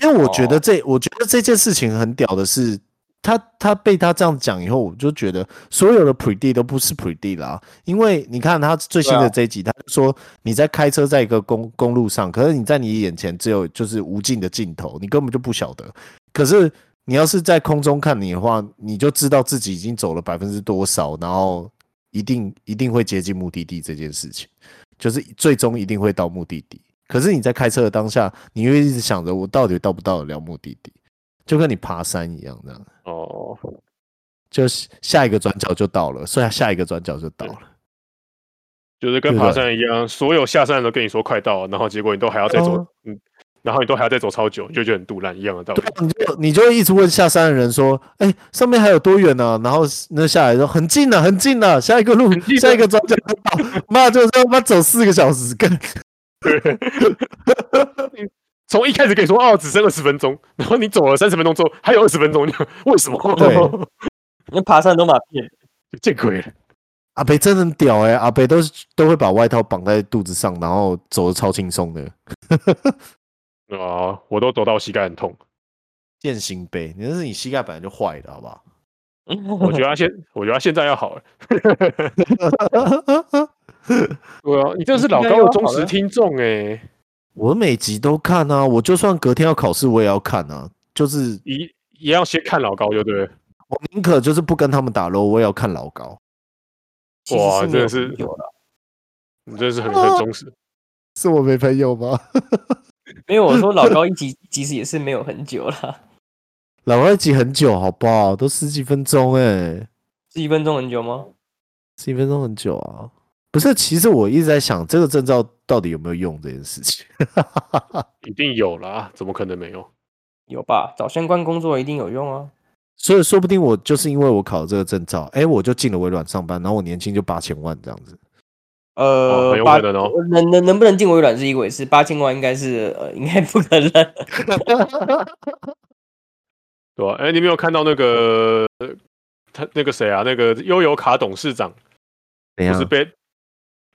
S1: 因为我觉得
S4: 哦
S1: 这，我觉得这件事情很屌的是，他他被他这样讲以后，我就觉得所有的 predict 都不是 predict 啦、因为你看他最新
S4: 对
S1: 的
S4: 啊
S1: 这一集，他就说你在开车在一个公公路上，可是你在你眼前只有就是无尽的尽头，你根本就不晓得。可是你要是在空中看你的话，你就知道自己已经走了百分之多少，然后一定一定会接近目的地这件事情，就是最终一定会到目的地。可是你在开车的当下，你又一直想着我到底到不到得了目的地，就跟你爬山一样，这样
S2: 哦，
S1: 就是下一个转角就到了，所以下一个转角就到了。
S2: 就是跟
S1: 对
S2: 爬
S1: 的
S2: 山一样，所有下山的都跟你说快到了，然后结果你都还要再走，
S1: 哦
S2: 嗯，然后你都还要再走超久，你就觉得很肚烂一样的道理
S1: 对。啊，你就你就会一直问下山的人说：“哎、上面还有多远呢、然后那下来说：“很近了、很近了、下一个路
S2: 很近，啊
S1: 下一个转角就到。” [LAUGHS] 妈，就是他妈走四个小时，干
S2: 从一开始跟你说哦，只剩二十分钟，然后你走了三十分钟之后还有二十分钟，你为什么？ [LAUGHS]
S1: 对，
S4: 因为爬山都马屁，
S2: 见鬼了！
S1: 阿北真的很屌哎、阿北都是都会把外套绑在肚子上，然后走的超轻松的。
S2: 啊、我都走到膝盖很痛。
S1: 践行杯，你那是你膝盖本来就坏的，好不好？
S4: [LAUGHS]
S2: 我觉得
S1: [LAUGHS]
S2: 他现，我觉得他现在要好了。对啊，你这是老高的忠实听众哎、
S1: 我每集都看啊，我就算隔天要考试，我也要看啊。就是
S2: 一也要先看老高，就对了。
S1: 我宁可就是不跟他们打 l 我也要看老高。
S4: 其实
S2: 哇
S4: 是没有
S2: 真的是
S4: 有了，
S2: 你真的是
S1: [LAUGHS]
S2: 很很忠实。
S1: 是我没朋友吗？
S4: 没有我说老高一集 [LAUGHS] 其实也是没有很久了，
S1: [LAUGHS] 老高一集很久，好不好？都十几分钟哎、
S4: 是一分钟很久吗？
S1: 十几分钟很久啊。不是，其实我一直在想这个证照到底有没有用这件事情。 [LAUGHS]
S2: 一定有啦，怎么可能没有？
S4: 有吧？找相关工作一定有用啊。
S1: 所以说不定我就是因为我考了这个证照，哎、我就进了微软上班，然后我年薪就八千万这样子。
S2: 哦
S4: 呃
S2: 很，有
S4: 八
S2: 可能哦
S4: 能能能不能进微软是一回事，八千万应该是呃应该不可能。 [LAUGHS]
S2: 对吧、啊？哎、你没有看到那个呃他那个谁啊？那个悠游卡董事长
S1: 怎
S2: 不是
S4: 嗯
S2: 被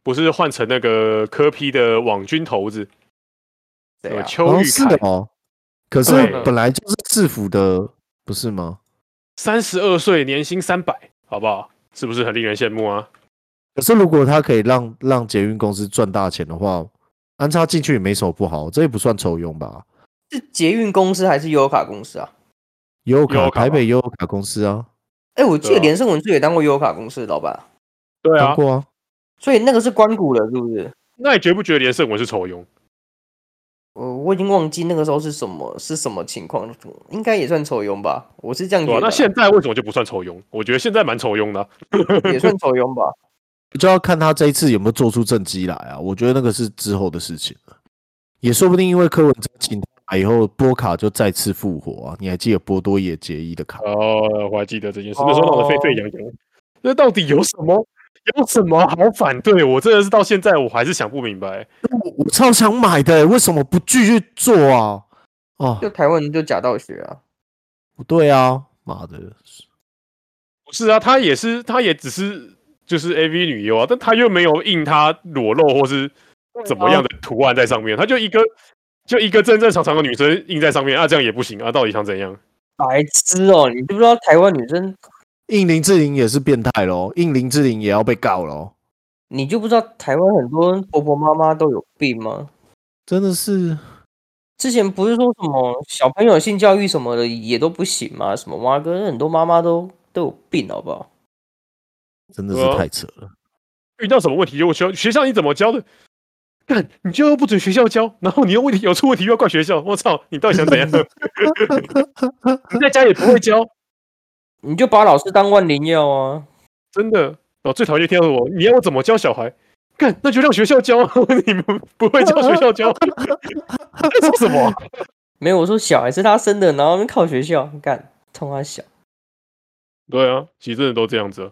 S2: 不是换成那个科批的网军头子，
S4: 对
S2: 呃
S4: 啊，
S2: 邱
S1: 哦，
S2: 玉
S1: 是
S2: 凯，
S1: 哦。可是
S2: 对
S1: 本来就是制服的，不是吗？
S2: 三十二岁，年薪三百，好不好？是不是很令人羡慕啊？
S1: 可是如果他可以让让捷运公司赚大钱的话，安插进去也没什么不好，这也不算愁庸吧？
S4: 是捷运公司还是优卡公司啊？
S1: 优
S2: 优
S1: 卡
S2: 卡吧
S1: 台北优卡公司啊，
S4: 哎，我记
S2: 对
S4: 得
S2: 啊
S4: 连胜文是也当过优卡公司的老板啊，
S2: 对
S1: 当
S2: 啊，
S1: 过啊，
S4: 所以那个是关谷了，是不是？
S2: 那你觉不觉得连胜文是丑庸？
S4: 我我已经忘记那个时候是什么是什么情况，应该也算抽佣吧，我嗯是这样
S2: 对
S4: 觉
S2: 吧、
S4: 得啦、啊
S2: 那现在为什么就不算抽佣？我觉得现在蛮抽佣的啊、
S4: 也算
S2: [LAUGHS]
S4: 抽佣吧。
S1: 就要看他这一次有没有做出政绩来啊。我觉得那个是之后的事情了，也说不定因为柯文哲请他以后，波卡就再次复活啊。你还记得波多野结衣的卡？
S2: 哦，我还记得这件事，那时候闹得沸沸扬扬。哦那到底有什么有什么好反对？我真的是到现在我还是想不明白。
S1: 我我超想买的、欸为什么不继续做啊？哦
S4: 就，台湾人就假道学啊，
S1: 不对啊，妈的！
S2: 不是啊，他也是，他也只是就是 A V 女优啊，但他又没有印他裸露或是
S4: 啊
S2: 怎么样的图案在上面，他就一个就一个正正常常的女生印在上面啊，这样也不行啊，到底想怎样？
S4: 白痴哦、你知不知道台湾女生，
S1: 印林志玲也是变态喽，印林志玲也要被告喽，
S4: 你就不知道台湾很多婆婆妈妈都有病吗？
S1: 真的是
S4: 之前不是说什么小朋友性教育什么的也都不行吗？什么妈跟很多妈妈都都有病，好不好？
S1: 真的是
S2: 对啊
S1: 太扯了。
S2: 遇到什么问题就学学校你怎么教的？干，你就又不准学校教，然后你又问题有出问题又要怪学校，我操，你到底想怎样？你在家也不会教，
S4: 你就把老师当万灵药啊！
S2: 真的。我、最讨厌听到我，你要我怎么教小孩？干，那就让学校教啊， [LAUGHS] 你们不会教学校教，在说什么啊？
S4: [LAUGHS] 没有，我说小孩是他生的，然后靠学校干，冲他小。
S2: 对啊，其实真的都这样子啊。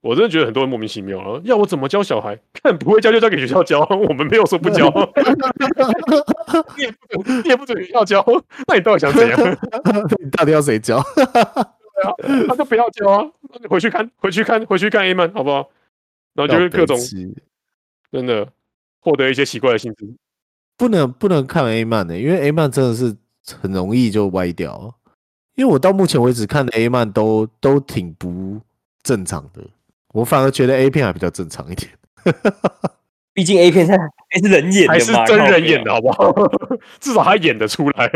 S2: 我真的觉得很多人莫名其妙啊，要我怎么教小孩？看不会教就交给学校教，我们没有说不教。你也不准，你也不准学校教，那你到底想怎样？
S1: 你 [LAUGHS] 到底要谁教？
S2: 他就不要教啊，那你回去看，回去看，回去看 A 漫，好不好？然后 [LAUGHS] 就会各种
S1: 靠北痴
S2: 真的获得一些奇怪的性质。
S1: [LAUGHS] 不能不能看 A 漫欸的、因为 A 漫真的是很容易就歪掉。因为我到目前为止看的 A 漫都都挺不正常的，我反而觉得 A 片还比较正常一点。 [LAUGHS]
S4: 毕竟 A 片它还是人演的嘛，
S2: 还是真
S4: 靠
S2: 人
S4: 北
S2: 演的
S4: 啊。
S2: 好不好？ [LAUGHS] 至少他演得出来。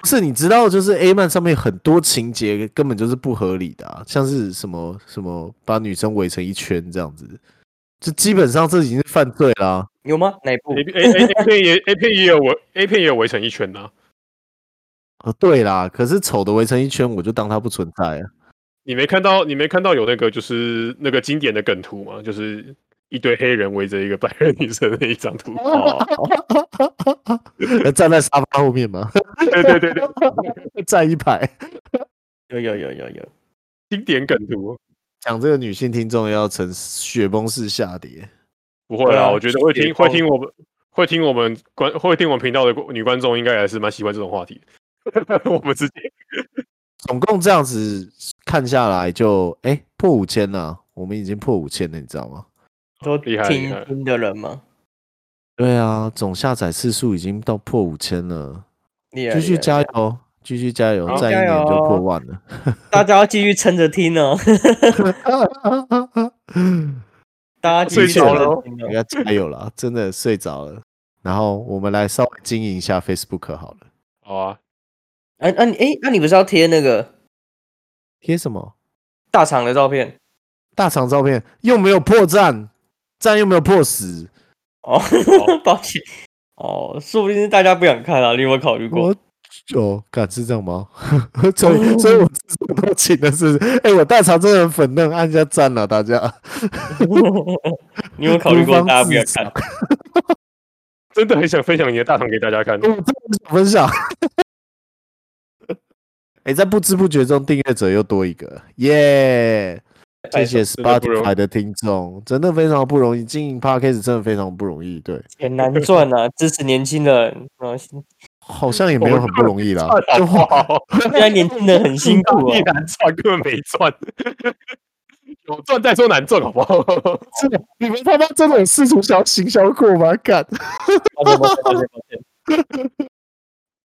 S1: 不是，你知道，就是 A 漫上面很多情节根本就是不合理的、啊，像是什么什么把女生围成一圈这样子，这基本上这已经是犯罪啦、
S4: 有吗？哪一部
S2: A？A [LAUGHS] A A 片也 A 片也有围 A 片也有围成一圈呐、
S1: 哦，对啦，可是丑的围成一圈，我就当它不存在啊。 [LAUGHS]
S2: 你没看到你没看到有那个就是那个经典的梗图吗？就是一堆黑人围着一个白人女生的一张图。哦
S1: 站在沙发后面嘛，
S2: 对啊 [LAUGHS] 对对对，
S1: 站一排。
S4: 有有有有有，
S2: 经典梗图。
S1: 讲这个女性听众要呈雪崩式下跌，
S2: 不会
S4: 对
S2: 啦，
S4: 啊
S2: 我觉得会
S4: 解
S2: 听会
S4: 放
S2: 听我们会听我们观会听我们频道的女观众，应该也是蛮喜欢这种话题的。 [LAUGHS] 我们直接
S1: 总共这样子看下来就哎、诶破五千了，我们已经破五千了，你知道吗？
S4: 说
S2: 厉害厉
S4: 听
S2: 害
S4: 听的人吗？
S1: 对啊，总下载次数已经到破五千了，
S4: 厉害
S1: 继续
S4: 厉害
S1: 加油，继续加油
S2: 好，
S1: 再一
S4: 加
S1: 年就
S4: 油
S1: 破万了。 [LAUGHS]
S4: 大家要继续撑着听哦， [LAUGHS] 大家继续
S2: 睡
S4: 撑
S2: 着
S4: 着
S2: 了哦
S4: 听
S1: 大
S4: 哦。
S1: 家加油啦，真的睡着了。然后我们来稍微经营一下 Facebook 好了，
S2: 好啊，
S4: 哎、那你哎，那、你不是要贴那个
S1: 贴什么？
S4: 大厂的照片
S1: 大厂照片又没有破绽，赞又没有破十，
S4: 哦？ [LAUGHS] 抱歉，哦，说不定是大家不想看啊，你有没有考虑过？
S1: [LAUGHS] 我哦，敢是这样吗？ [LAUGHS] 所以所以我自作多情的是不是，哎、我大肠真的很粉嫩，按一下赞了，大家。
S4: [LAUGHS] 你有没有考虑过
S1: 如方
S4: 大家不
S1: 自
S4: 想
S1: 赏
S4: 看？
S2: 真的很想分享你的大堂给大家看
S1: [LAUGHS] 我。真的想分享。 [LAUGHS] 哎、在不知不觉中，订阅者又多一个，耶、谢谢
S2: 真的不容易
S1: Spotify 的听众，真的非常不容易，经营 Podcast 真的非常不容易。 [LAUGHS] 对，
S4: 很难赚啊，支持年轻人啊，
S1: 好像也没有很不容易啦，就 [LAUGHS] 花
S2: 好，
S4: 现在年轻人很辛
S1: [LAUGHS]
S4: 苦
S2: [LAUGHS]
S4: 哦
S2: 一。难赚根本没赚，有赚再说难赚好不 [LAUGHS] 好？
S1: 你们他妈这种世俗小行销过吗？干， [LAUGHS]
S4: 抱歉抱歉抱歉抱歉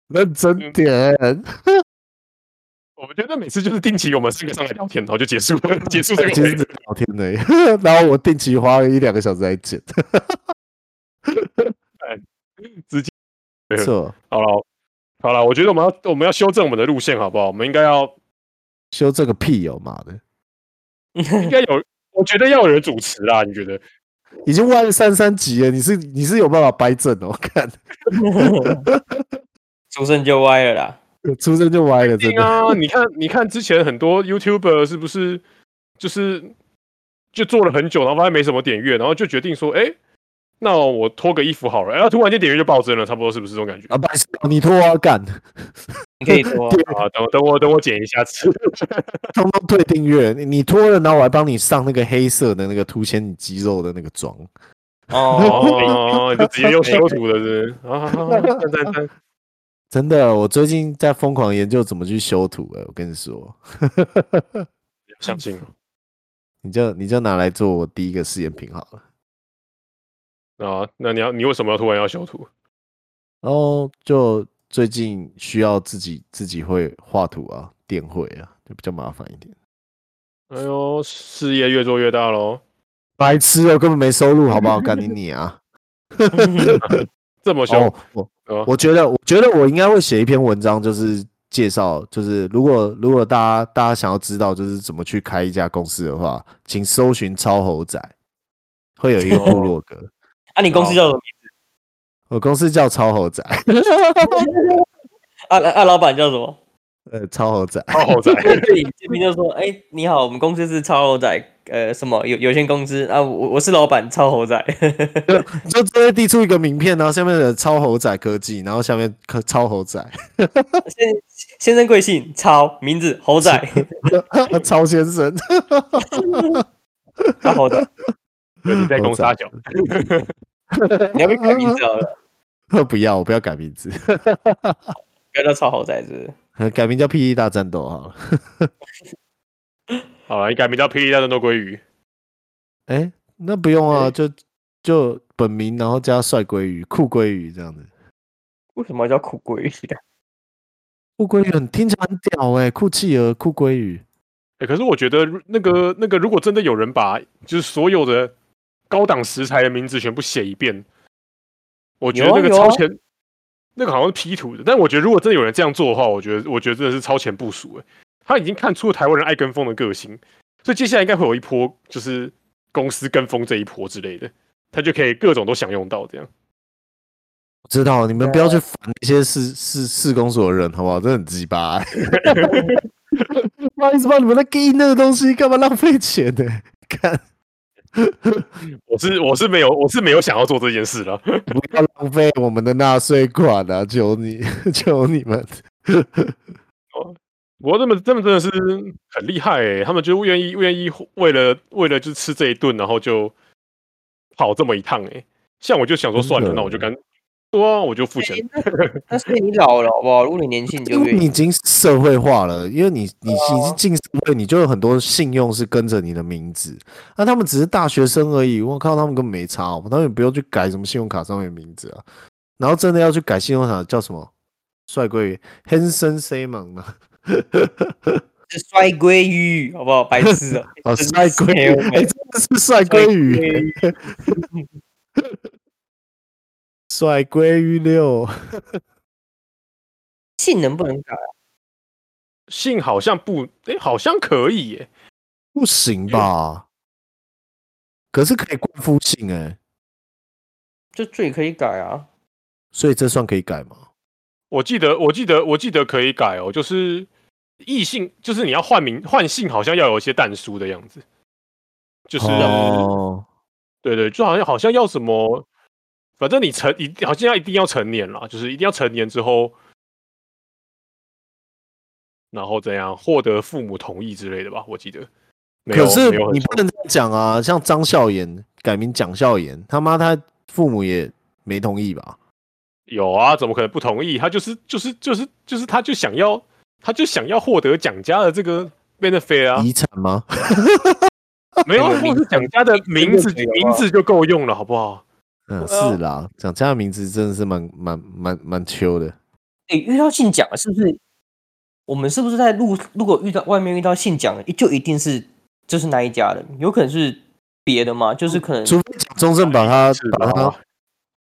S1: 认真点。
S2: 我们觉得每次就是定期我们三个上来聊天，然后就结束了，结束这
S1: 其实只。
S2: 个
S1: 是聊天而已， [LAUGHS] 然后我定期花一两个小时来剪， [LAUGHS]
S2: 直 [LAUGHS] 接
S1: 没错，
S2: 好了，好了，我觉得我们要我们要修正我们的路线好不好？我们应该要
S1: 修这个屁哦妈的！
S2: 应该有，我觉得要有人主持啦，你觉得？
S1: 已经 Y 三三级了，你是你是有办法掰正哦？ [LAUGHS] 看
S4: 出生就歪了啦。
S1: 出生就歪了，真
S2: 对
S1: 的。
S2: 啊， [LAUGHS] 你看，你看之前很多 YouTuber 是不是就是就做了很久，然后发现没什么点阅，然后就决定说，哎、那我脱个衣服好了，然后突然间点阅就暴增了，差不多是不是这种感觉？
S1: 啊，白痴哦，你拖啊干，
S4: 你可以 [LAUGHS] 说
S2: 啊，等等我等我剪一下词，
S1: 通通退订阅，你你拖了，然后我还帮你上那个黑色的那个凸显你肌肉的那个妆，
S4: 哦，
S2: 哦，就直接用修图的是不是啊，赞赞赞，
S1: 真的，我最近在疯狂研究怎么去修图、哎，我跟你说，
S2: 相信了
S1: 你就你就拿来做我第一个试验品好了。
S2: 啊，那你要你为什么要突然要修图？
S1: 然后就最近需要自己自己会画图啊，电绘啊，就比较麻烦一点。
S2: 哎呦，事业越做越大喽，
S1: 白痴哦，根本没收入，好不好？干你你啊！
S2: 这么凶
S1: 哦，我我觉得，我觉得我应该会写一篇文章，就是介绍，就是如果如果大家大家想要知道就是怎么去开一家公司的话，请搜寻超猴仔，会有一个部落格，
S4: 啊，你公司叫什么？
S1: 我公司叫超猴仔，
S4: 啊啊，老板叫什么？ [LAUGHS]
S1: 呃，超猴仔，
S2: 超好宅，
S4: 对，这边就说，哎、你好，我们公司是超猴仔，呃，什么有有限公司啊，我我是老板，超猴仔， [LAUGHS]
S1: 就直接递出一个名片，然后下面的超猴仔科技，然后下面科超猴仔， [LAUGHS]
S4: 先先生贵姓，超名字猴仔， [LAUGHS]
S1: 超先生，
S4: 超猴仔，
S2: 对你在攻杀角，
S4: 你要不要改名字好
S1: [LAUGHS]
S4: 了？
S1: 不要，我不要改名字， [LAUGHS]
S4: 不要叫超猴仔，是不是？
S1: 改名叫 P E 大战斗好了。
S2: 好了，你改名叫霹雳大战斗鲑鱼，
S1: 哎、那不用啊，就就本名，然后加帅鲑鱼、酷鲑鱼这样子。
S4: 为什么要叫苦龟 [LAUGHS] 的？
S1: 酷鲑鱼很听起来很屌哎、酷企鹅、酷鲑鱼。
S2: 欸，可是我觉得如那个那个，如果真的有人把就是所有的高档食材的名字全部写一遍，我觉得
S4: 有啊
S2: 那个
S4: 有啊
S2: 超前，那个好像是 P 图的。但我觉得如果真的有人这样做的话，我觉得我觉得真的是超前部署、欸。他已经看出了台湾人爱跟风的个性，所以接下来应该会有一波就是公司跟风这一波之类的，他就可以各种都享用到这样。
S1: 我知道，你们不要去烦那些市市市公所的人，好不好？真的很鸡巴、欸。 [LAUGHS] 妈，一直帮你们在给那个东西，干嘛浪费钱呢、看，
S2: 我是我是没有我是没有想要做这件事了。
S1: 不要浪费我们的纳税款啊！求你， [LAUGHS] 求你们。
S2: 不过他们他们真的是很厉害诶、他们就愿意愿意为了为了就吃这一顿，然后就跑这么一趟诶、欸像我就想说
S1: 真
S2: 算了，
S1: 的
S2: 那我就干，对啊，我就付钱。
S4: 那是你老了好不好？如果你年轻，你就
S1: 因为
S4: 愿
S1: 你
S4: 意
S1: 已经社会化了，因为你你已经进社会，你就有很多信用是跟着你的名字。那、他们只是大学生而已，我靠，他们根本没差好吗，他们也不用去改什么信用卡上面的名字啊。然后真的要去改信用卡叫什么？帅鲑鱼 Hanson Simon 啊吗？
S4: 是摔龟鱼，好不好？白
S1: [LAUGHS]
S4: 痴啊！
S1: 哦，
S4: 真
S1: 帅鲑
S4: 没
S1: 鱼，
S4: 有
S1: 哎、
S4: 没有
S1: 真的 [LAUGHS] 是帅鲑鱼，帅鲑鱼六。
S4: 性能不能改，啊
S2: 信好像不诶、好像可以欸耶、
S1: 不行吧？可是可以冠夫姓哎、
S4: 就最可以改啊。
S1: 所以这算可以改吗？
S2: 我记得我记得我记得可以改哦，就是异性，就是你要换名换姓，好像要有一些淡书的样子，就是让
S1: 哦，
S2: 对对，就好像好像要什么，反正你成一定好像要一定要成年啦，就是一定要成年之后，然后怎样获得父母同意之类的吧，我记得。没有
S1: 可是
S2: 没有很
S1: 你
S2: 熟
S1: 不能这样讲啊，像张孝炎改名蒋孝炎，他妈他父母也没同意吧？
S2: 有啊，怎么可能不同意？他就是就是就是就是他就想要他就想要获得蒋家的这个 benefit 啊，
S1: 遗产吗？ [LAUGHS]
S2: 没有啊
S4: 那个
S2: 或是蒋家的名字
S4: 名字
S2: 名字就够用了，好不好？
S1: 嗯，
S4: 对啊
S1: 是啦，蒋家的名字真的是蛮蛮蛮蛮秋的。
S4: 哎、遇到姓蒋是不是？我们是不是在路如果遇到外面遇到姓蒋的，就一定是就是那一家的？有可能是别的吗？就是可能
S1: 除非蒋中正把他
S2: 是啊
S1: 把他
S2: 吧？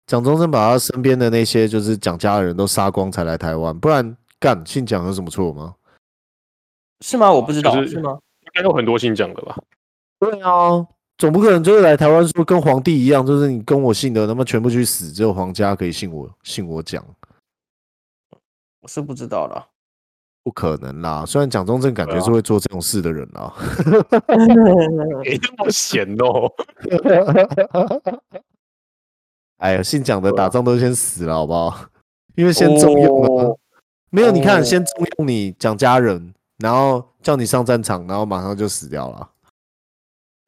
S1: 蒋中正把他身边的那些就是蒋家的人都杀光才来台湾，不然干姓蒋有什么错吗？
S4: 是吗？我不知道，
S2: 就是
S4: 是吗？
S1: [LAUGHS]
S2: 应该有很多姓蒋的吧？
S1: 对啊，总不可能就是来台湾说跟皇帝一样，就是你跟我姓的，他妈全部去死，只有皇家可以信我信我讲，
S4: 我是不知道了。
S1: 不可能啦。虽然蒋中正感觉
S2: 对啊
S1: 是会做这种事的人啦，
S2: 没那哎么闲
S1: [LAUGHS]
S2: 哦。
S1: 哎呀，姓蒋的打仗都先死了，好不好？ [LAUGHS] 因为先重用了嘛，
S4: 哦
S1: 没有你看，
S4: 哦
S1: 先重用你蒋家人，然后叫你上战场，然后马上就死掉了。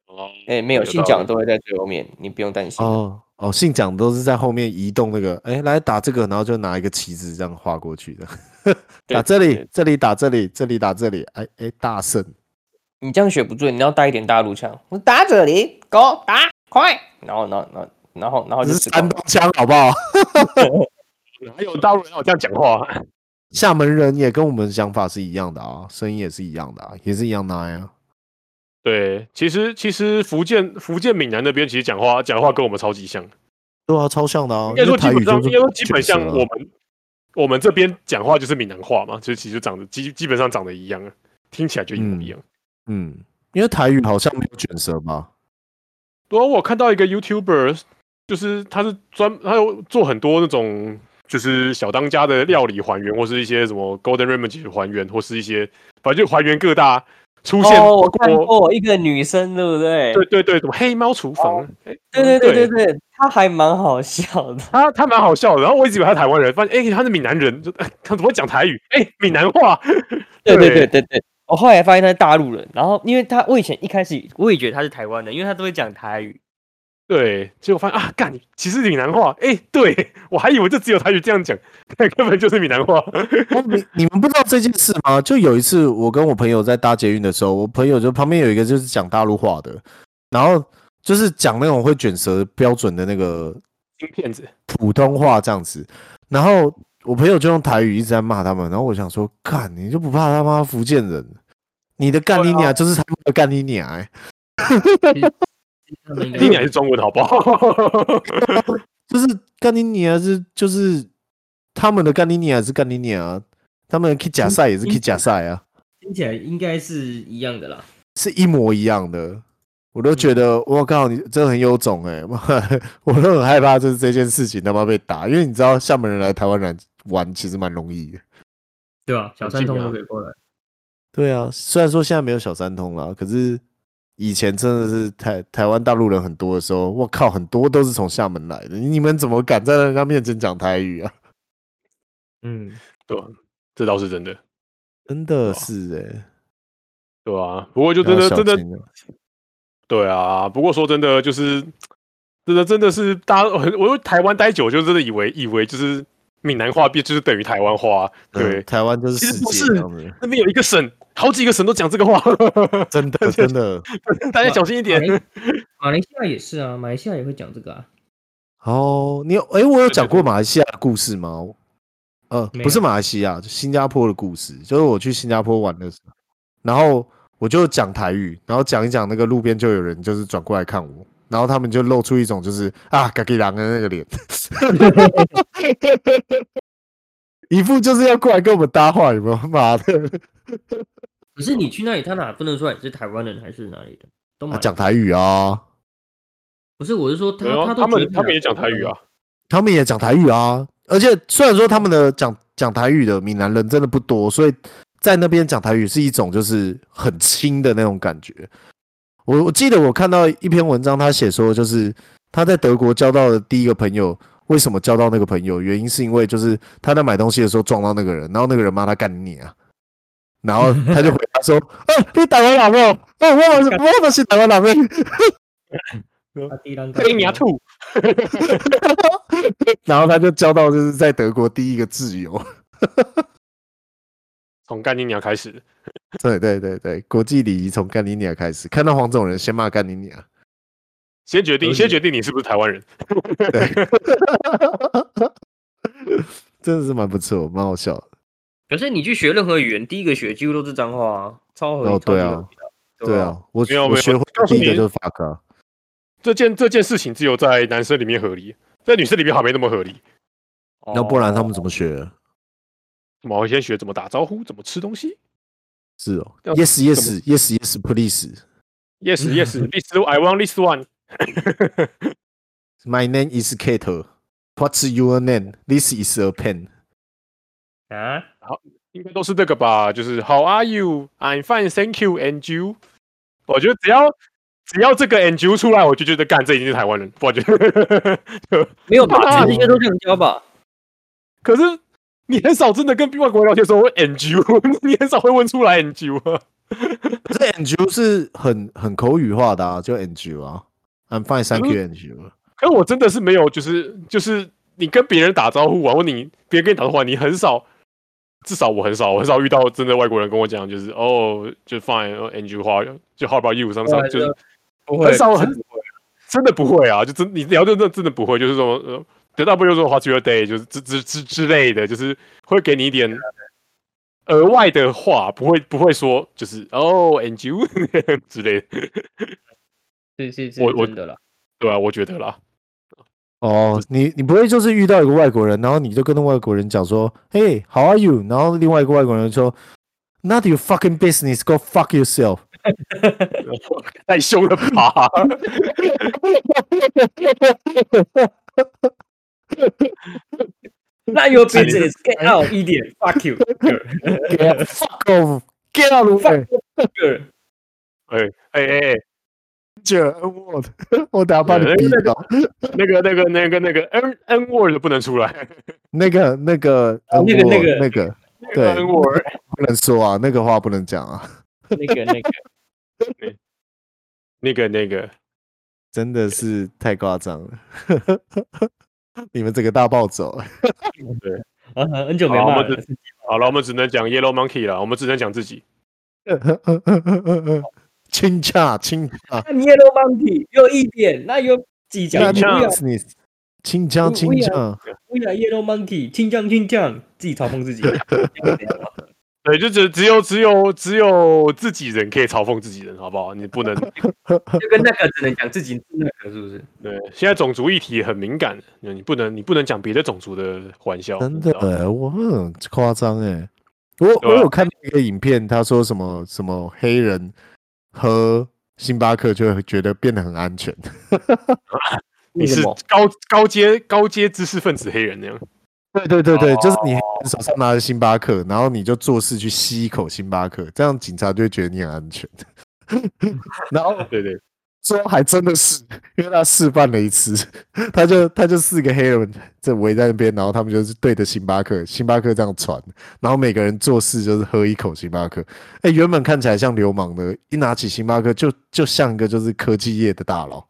S2: 哦，
S4: 哎、没有，
S2: 道
S4: 姓蒋
S2: 理
S4: 都会在最后面，你不用担心。
S1: 哦哦，姓蒋都是在后面移动那个，哎、来打这个，然后就拿一个旗子这样划过去的， [LAUGHS]
S4: 对
S1: 打这
S4: 对
S1: 里
S4: 对，
S1: 这里打这里，这里打这里，哎、哎、大胜。
S4: 你这样学不对，你要带一点大陆腔，我打这里，给我打快，然后，然后，然后，然后，然后
S1: 只
S4: 就是死光
S1: 山
S4: 了
S1: 东腔好不好？
S2: 哪有大陆人有这样讲话？啊
S1: 厦门人也跟我们想法是一样的啊，声音也是一样的啊，也是一样的啊。
S2: 对，其实其实福建福建闽南那边其实讲话讲话跟我们超级像，
S1: 对啊，超像的啊。
S2: 应该
S1: 因
S2: 说
S1: 为
S2: 基
S1: 台
S2: 本
S1: 语
S2: 上
S1: 就
S2: 应
S1: 是
S2: 该说基本
S1: 卷舌
S2: 像
S1: 啊
S2: 我们我们这边讲话就是闽南话嘛，就是其实长得基基本上长得一样啊，听起来就一模一样。
S1: 嗯，因为台语好像没有卷舌吧？
S2: 对啊，我有看到一个 YouTuber，就是他是专他有做很多那种就是小当家的料理还原，或是一些什么 Golden Remedy 的还原，或是一些反正就还原各大出现
S4: 哦，我
S2: 过。
S4: 看过一个女生，对不对？
S2: 对对对，什么黑猫厨房？哎
S4: 哦对
S2: 对
S4: 对对对对，她还蛮好笑的。
S2: 他他蛮好笑的，然后我一直以为他台湾人，发现哎、他是闽南人，就、 [LAUGHS] 他怎么会讲台语？哎、闽南话，
S4: 对对
S2: 对
S4: 对对对，我后来发现她是大陆人，然后因为她我以前一开始我也觉得她是台湾人，因为她都会讲台语。
S2: 对，结果发现啊，干，其实是闽南话，哎、对我还以为就只有台语这样讲，但根本就是闽南话。
S1: 哦你你们不知道这件事吗？就有一次，我跟我朋友在搭捷运的时候，我朋友就旁边有一个就是讲大陆话的，然后就是讲那种会卷舌标准的那个
S2: 金骗子，
S1: 普通话这样子，然后我朋友就用台语一直在骂他们，然后我想说，干你就不怕他妈福建人？你的干你娘就是他们的干你娘、欸，
S4: 嗯
S2: 你俩是中文好不好？ [LAUGHS]
S1: 就是干你娘是就是他们的干你娘是干你娘、啊，他们的 K 假赛也是 K 假赛啊，
S5: 听起来应该是一样的啦。
S1: 是一模一样的。我都觉得，我靠，你真的很有种哎、妈 [LAUGHS] 我都很害怕，就是这件事情他妈被打，因为你知道厦门人来台湾来玩其实蛮容易的。
S5: 对啊，小
S2: 三通都可
S5: 以过来。
S1: 对啊，虽然说现在没有小三通啦，可是以前真的是台台湾大陆人很多的时候，我靠，很多都是从厦门来的。你们怎么敢在人家面前讲台语啊？
S5: 嗯，
S2: 对吧？这倒是真的，
S1: 真的
S2: 哇
S1: 是哎、欸，
S2: 对吧？不过就真
S1: 要
S2: 的
S1: 小
S2: 真的
S1: 心啊
S2: 对啊，不过说真的，就是真的真的是大家，我我台湾待久就真的以为以为就是闽南话变就是等于台湾话，对
S1: 嗯，台湾就是
S2: 其实
S1: 世
S2: 不
S1: 界
S2: 是
S1: 这样子，
S2: 那边有一个省，好几个省都讲这个话， [LAUGHS]
S1: 真的真的
S2: 大家小心一点。
S5: 马来西亚也是啊，马来西亚也会讲这个啊。
S1: 哦。你有哎、我有
S2: 对
S1: 讲
S2: 对
S1: 过
S2: 对
S1: 马来西亚的故事吗？呃，
S5: 没
S1: 不是
S5: 有
S1: 马来西亚，就新加坡的故事，就是我去新加坡玩的时候，然后我就讲台语，然后讲一讲，那个路边就有人就是转过来看我，然后他们就露出一种就是啊嘎给狼的那个脸， [LAUGHS] 一副就是要过来跟我们搭话，有没有？妈的，
S2: 嗯
S5: 可是你去那里，他哪分得出来你是台湾人还是哪里的？都马
S1: 啊
S5: 来
S1: 讲台语啊，
S5: 不是，我是说他
S2: 没有啊
S5: 他都
S2: 他
S5: 觉
S2: 们
S5: 得
S2: 他们也讲台语啊，
S1: 他们也讲台语啊，而且虽然说他们的讲讲台语的闽南人真的不多，所以在那边讲台语是一种就是很轻的那种感觉。我我记得我看到一篇文章，他写说就是他在德国交到的第一个朋友，为什么交到那个朋友？原因是因为就是他在买东西的时候撞到那个人，然后那个人骂他干你啊，然后他就回答说：“哎、你台湾人哦，哎、我我我不是台湾人。”
S5: 阿迪兰卡
S2: 黑牙兔，
S1: [LAUGHS] 然后他就交到就是在德国第一个挚友。
S2: 从干你鸟开始，
S1: 对对对对，国际礼仪从干你娘开始，看到黄种人先骂干你娘。
S2: 先决定
S5: 有点
S2: 先决定你是不是台湾人。
S1: 真的是蛮不错，蛮好笑的。
S4: 可是你去学任何语言，第一个学几乎都是脏话啊，超合理。
S1: 哦
S4: 超级
S1: 对啊
S4: 合理的，
S1: 对
S4: 吧，
S1: 啊，我
S2: 没有没
S1: 我
S2: 有
S1: 学会
S2: 告诉
S1: 第一个
S2: 你哦
S1: 就是 fuck 啊，
S2: 这件这件事情只有在男生里面合理，在女生里面还没那么合理。
S1: 要不然他
S4: 哦
S1: 们怎么学？
S2: 什么？我先学怎么打招呼，怎么吃东西。
S1: 是哦
S2: 要
S1: ，yes
S2: 怎
S1: yes yes yes please，
S2: Yes,
S5: [LAUGHS]
S2: yes. This I want this one.
S1: My name is Kate. What's your name? This is a pen.
S4: 啊，
S2: 应该都是这个吧？就是 How are you? I'm fine, thank you. And you? 我觉得只要只要这个 And you 出来，我就觉得干，这已经是台湾人。我觉得， [LAUGHS]
S4: 没有
S2: 啊
S4: 吧？这些都这样教吧？
S2: 可是你很少真的跟外国人聊天的时候会 And you，你 [LAUGHS] 很少会问出来 And you 啊。
S1: 可是 NGU 是很很口语化的啊，就 NGU 啊。I'm fine, thank you, NGU。
S2: 可是我真的是没有，就是就是你跟别人打招呼啊，或你别人跟你打招呼啊，你很少，至少我很少，我很少遇到真的外国人跟我讲，就是哦，就 fine and you how 就 how about you 上上
S4: 对
S2: 就是
S4: 不
S2: 很少很 [LAUGHS] 真的不会啊，就真你聊就真真的不会，就是说呃，得到不就是说 What's your day，就是之之之之类的，就是会给你一点额外的话，不会不会说就是哦 and you 之类的，
S4: 是是是
S2: 我我
S4: 真的啦。
S2: 对吧、啊我觉得啦，
S1: 哦，你你不会就是遇到一个外国人，然后你就跟那外国人讲说，Hey, how are you？然后另外一个外国人说，Not your fucking business, go fuck yourself。
S2: 太凶了吧？ [LAUGHS]
S4: 那 your [LAUGHS] business get out 一点，fuck you girl
S1: Get fuck [LAUGHS] off, get out of here,
S4: girl。
S2: 哎哎哎哎。
S1: 我 [LAUGHS] 我等下把你
S2: 对
S1: 逼
S2: 那个
S1: 到。
S2: [LAUGHS] 那个、那个、那个、那个 N N word 不能出来，
S1: 那个那个
S4: 哦那个
S1: 我
S4: 那个
S1: 啊那个对
S2: N word
S1: 不能说啊，那个话不能讲啊，
S4: 那个那个，
S2: 那个、那个，
S1: 真的是太夸张了。 [LAUGHS] 你们整个大暴 [LAUGHS] 走，
S4: 啊，很久没
S2: 好
S4: 骂
S2: 我们
S4: 了
S2: 只。好了，我们只能讲 Yellow Monkey 了，我们只能讲自己。
S1: 轻洽轻洽，
S4: [LAUGHS] 那 yellow monkey 又一点，那又几
S1: 那
S4: 讲
S1: 你
S4: 不要
S1: business，轻洽
S4: 不
S1: 轻
S4: 不要
S1: 洽，
S4: 不要 yellow monkey，清降清降，自己嘲讽 [LAUGHS] 自己。
S2: 对，就只只有只有只有自己人可以嘲讽自己人，好不好？你不能
S4: 就跟那个只能讲自己那个是不是？
S2: 对，现在种族议题很敏感，你不能你不能讲别的种族的玩笑，
S1: 真
S2: 你知道吗。
S1: 的，欸我很夸张哎。我
S2: 对
S1: 我
S2: 啊
S1: 有看一个影片，他说什么什么黑人喝星巴克就会觉得变得很安全， [LAUGHS]
S2: 你是高高阶高阶知识分子黑人那样，
S1: 对对对对，就是你
S2: 哦
S1: 手上拿着星巴克，然后你就做事去吸一口星巴克，这样警察就会觉得你很安全。 [LAUGHS] 然后
S2: 对对，
S1: 最后还真的是，因为他示范了一次， [LAUGHS] 他就他就四个黑人在围在那边，然后他们就是对着星巴克，星巴克这样传，然后每个人做事就是喝一口星巴克。哎，原本看起来像流氓的，一拿起星巴克就就像一个就是科技业的大佬。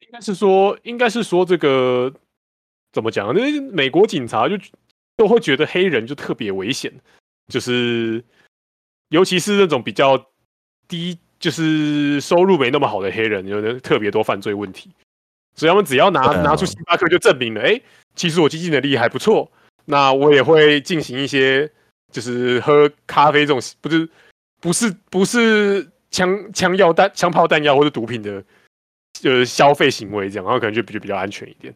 S2: 应该是说应该是说这个怎么讲啊？那美国警察就都会觉得黑人就特别危险，就是尤其是那种比较低，就是收入没那么好的黑人，有的特别多犯罪问题。所以他们只要拿、
S1: 对啊
S2: 拿出星巴克，就证明了，哎、其实我经济能力还不错。那我也会进行一些，就是喝咖啡这种，不是不是不是枪枪药弹、枪炮弹药或者毒品的，呃，消费行为这样，然后可能就比就比较安全一点。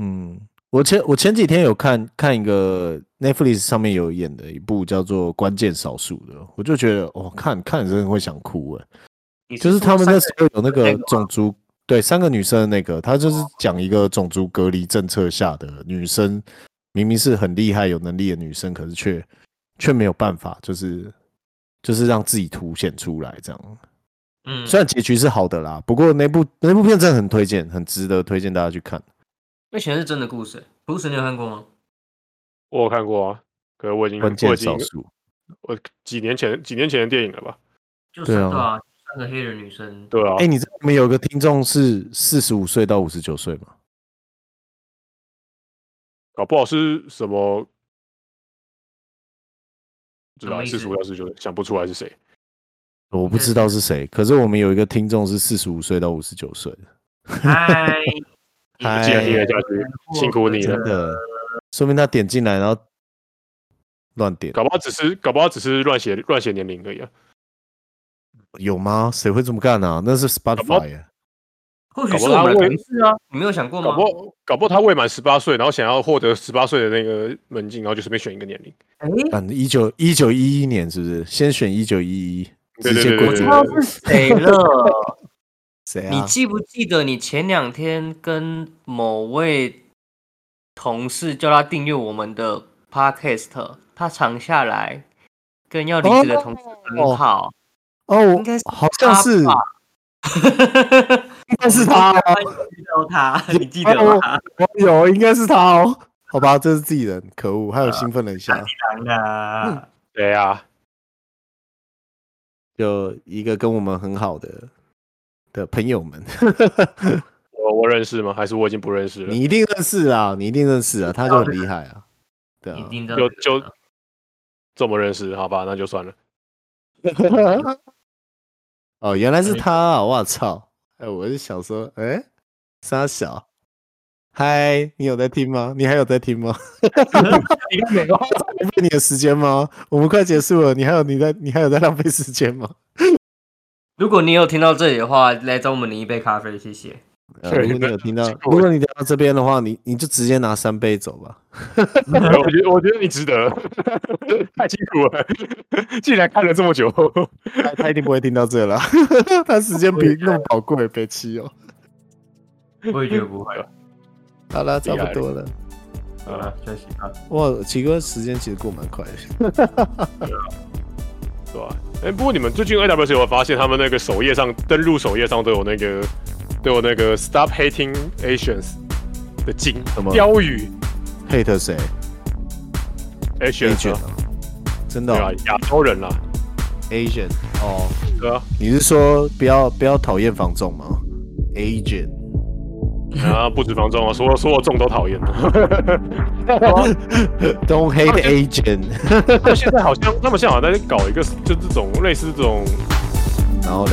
S1: 嗯，我前我前几天有看看一个 Netflix 上面有演的一部叫做《关键少数》的，我就觉得哦，看看真的会想哭哎、就是他们那时候有那个种族对三个女生的那个，他就是讲一个种族隔离政策下的女生，明明是很厉害有能力的女生，可是却却没有办法，就是就是让自己凸显出来这样。
S4: 嗯
S1: 虽然结局是好的啦，不过那部那部片真的很推荐，很值得推荐大家去看。
S4: 那全是真的故事。不是你有看过吗？
S2: 我有看过啊，可是我已经
S1: 关
S2: 我
S1: 键
S2: 已经
S1: 少数。
S2: 我几年前几年前的电影了吧？
S4: 就
S1: 对啊
S4: 三个啊，三个黑人女生。
S2: 对啊，
S1: 哎、你知道我们有个听众是四十五岁到五十九岁吗？
S2: 搞不好是什么，不知
S4: 什
S2: 道
S4: 么意
S2: 四
S4: 思
S2: 十五到四十九，想不出来是谁。
S1: 我不知道是谁，可是我们有一个听众是四十五岁到五十九岁的，
S4: 嗨，
S1: 嗨
S2: 既然听得下
S4: 哎
S2: 去，辛苦你
S1: 哎真
S2: 了。
S1: 的，说明他点进来然后乱点，
S2: 搞不好只是搞不好只是乱写乱写年龄而已啊。
S1: 有吗？谁会这么干啊？那是
S2: 不好
S1: Spotify，耶
S4: 或许是我们的同事啊，你没有想过
S2: 搞
S4: 吗
S2: 不？好搞不好他未满十八岁，然后想要获得十八岁的那个门禁，然后就随便选一个年龄。
S4: 哎，
S1: 干一九一九一一年是不是？先选一九一一，直
S2: 对对
S1: 接
S2: 对对
S1: 跪
S2: 对
S1: 着
S2: 对
S4: 道是谁了？
S1: 谁
S4: 你
S1: 啊？
S4: 记不记得你前两天跟某位同事叫他订阅我们的 podcast，他藏下来跟要离职的同事很好，
S1: 哦，我
S4: 应该是
S1: 好像是，
S4: 他吧
S1: 应该是他哦，
S4: 遇到他， [LAUGHS] 你记得吗？
S1: 啊我有，应该是他哦。好吧，这是自己人，可恶！还有兴奋了一下，
S4: 啊，
S2: 对啊，
S1: 就一个跟我们很好的的朋友
S2: [LAUGHS]
S1: 们，
S2: 我我认识吗？还是我已经不认识了
S1: 你？一定认识啊，你一定认识啊，他就很厉害啊，对啊
S4: 一，定的，
S2: 就就这么认识，好吧，那就算了。
S1: [LAUGHS] 哦，原来是
S2: 哎
S1: 他啊！我操！哎，我是想说，哎、沙小，嗨，你有在听吗？你还有在
S2: [LAUGHS]
S1: 听吗？
S2: 你每个
S1: 浪费你的时间吗？我们快结束了，你还有你在你还有在浪费时间吗？
S6: 如果你有听到这里的话，来找我们领一杯咖啡，谢谢。
S1: 呃
S2: [LAUGHS] 对
S1: 如果
S2: 你
S1: 你有听到
S2: 这，个我
S1: 如果你聊到这边的话，你你就直接拿三杯走吧。
S2: 哎我觉得我觉得你值得，太辛苦了。既然看了这么久，
S1: 他他一定不会听到这了，他时间比那么宝贵，别气哦。
S6: 我也觉得不会，
S1: 好了，差不多了。
S6: 好了，休息吧。
S1: 哇，奇哥时间其实过蛮快的。
S2: 对吧、哎、不过你们最近 AWS 有没有发现他们那个首页上登录首页上都有那个都有那个 Stop Hating Asians 的金
S1: 什么
S2: 标语
S1: hate 谁？黑卷
S2: Asians 啊
S1: 啊？真的
S2: 对啊
S1: 哦、，
S2: 亚洲人啦、
S1: Asian 哦。[LAUGHS]
S2: 对啊，
S1: 你是说不要不要讨厌房仲吗？Agent，
S2: 啊不止房中啊，所有所有众都讨厌。
S1: [LAUGHS]
S2: [LAUGHS]
S1: don't hate agent，
S2: 他们现在好像他们现在好像在搞一个就这种类似这种
S1: 然后嘞，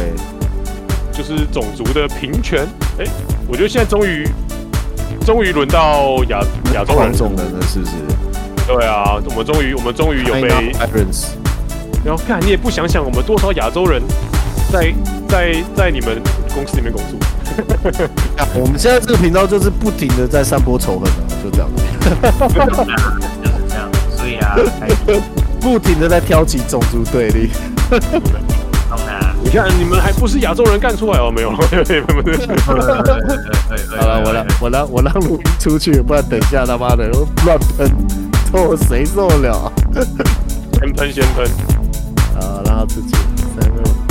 S2: 就是种族的平权。哎、我觉得现在终于，终于轮到亚亚洲人
S1: 黄，种人了是不是？
S2: 对啊，我们终于，我们终于有被，
S1: Irons，
S2: 然后看你也不想想，我们多少亚洲人在在在你们公司里面工作，
S1: 我们现在这个频道就是不停的在散播仇恨啊，就
S6: [LAUGHS]
S1: 这样，
S6: 就是这样，所以啊，开始
S1: 不停的在挑起种族对立。
S6: 弄啦。
S2: 你看你们还不是亚洲人干出来哦？没有， [LAUGHS] 没
S6: 对
S2: 有，
S6: 对对对对对，啊
S1: 好了，我让我让我让录音出去，不然等一下他妈的乱喷， [LAUGHS] 我谁受得了啊？
S2: 先喷先喷。
S1: 好，让他自己三二五。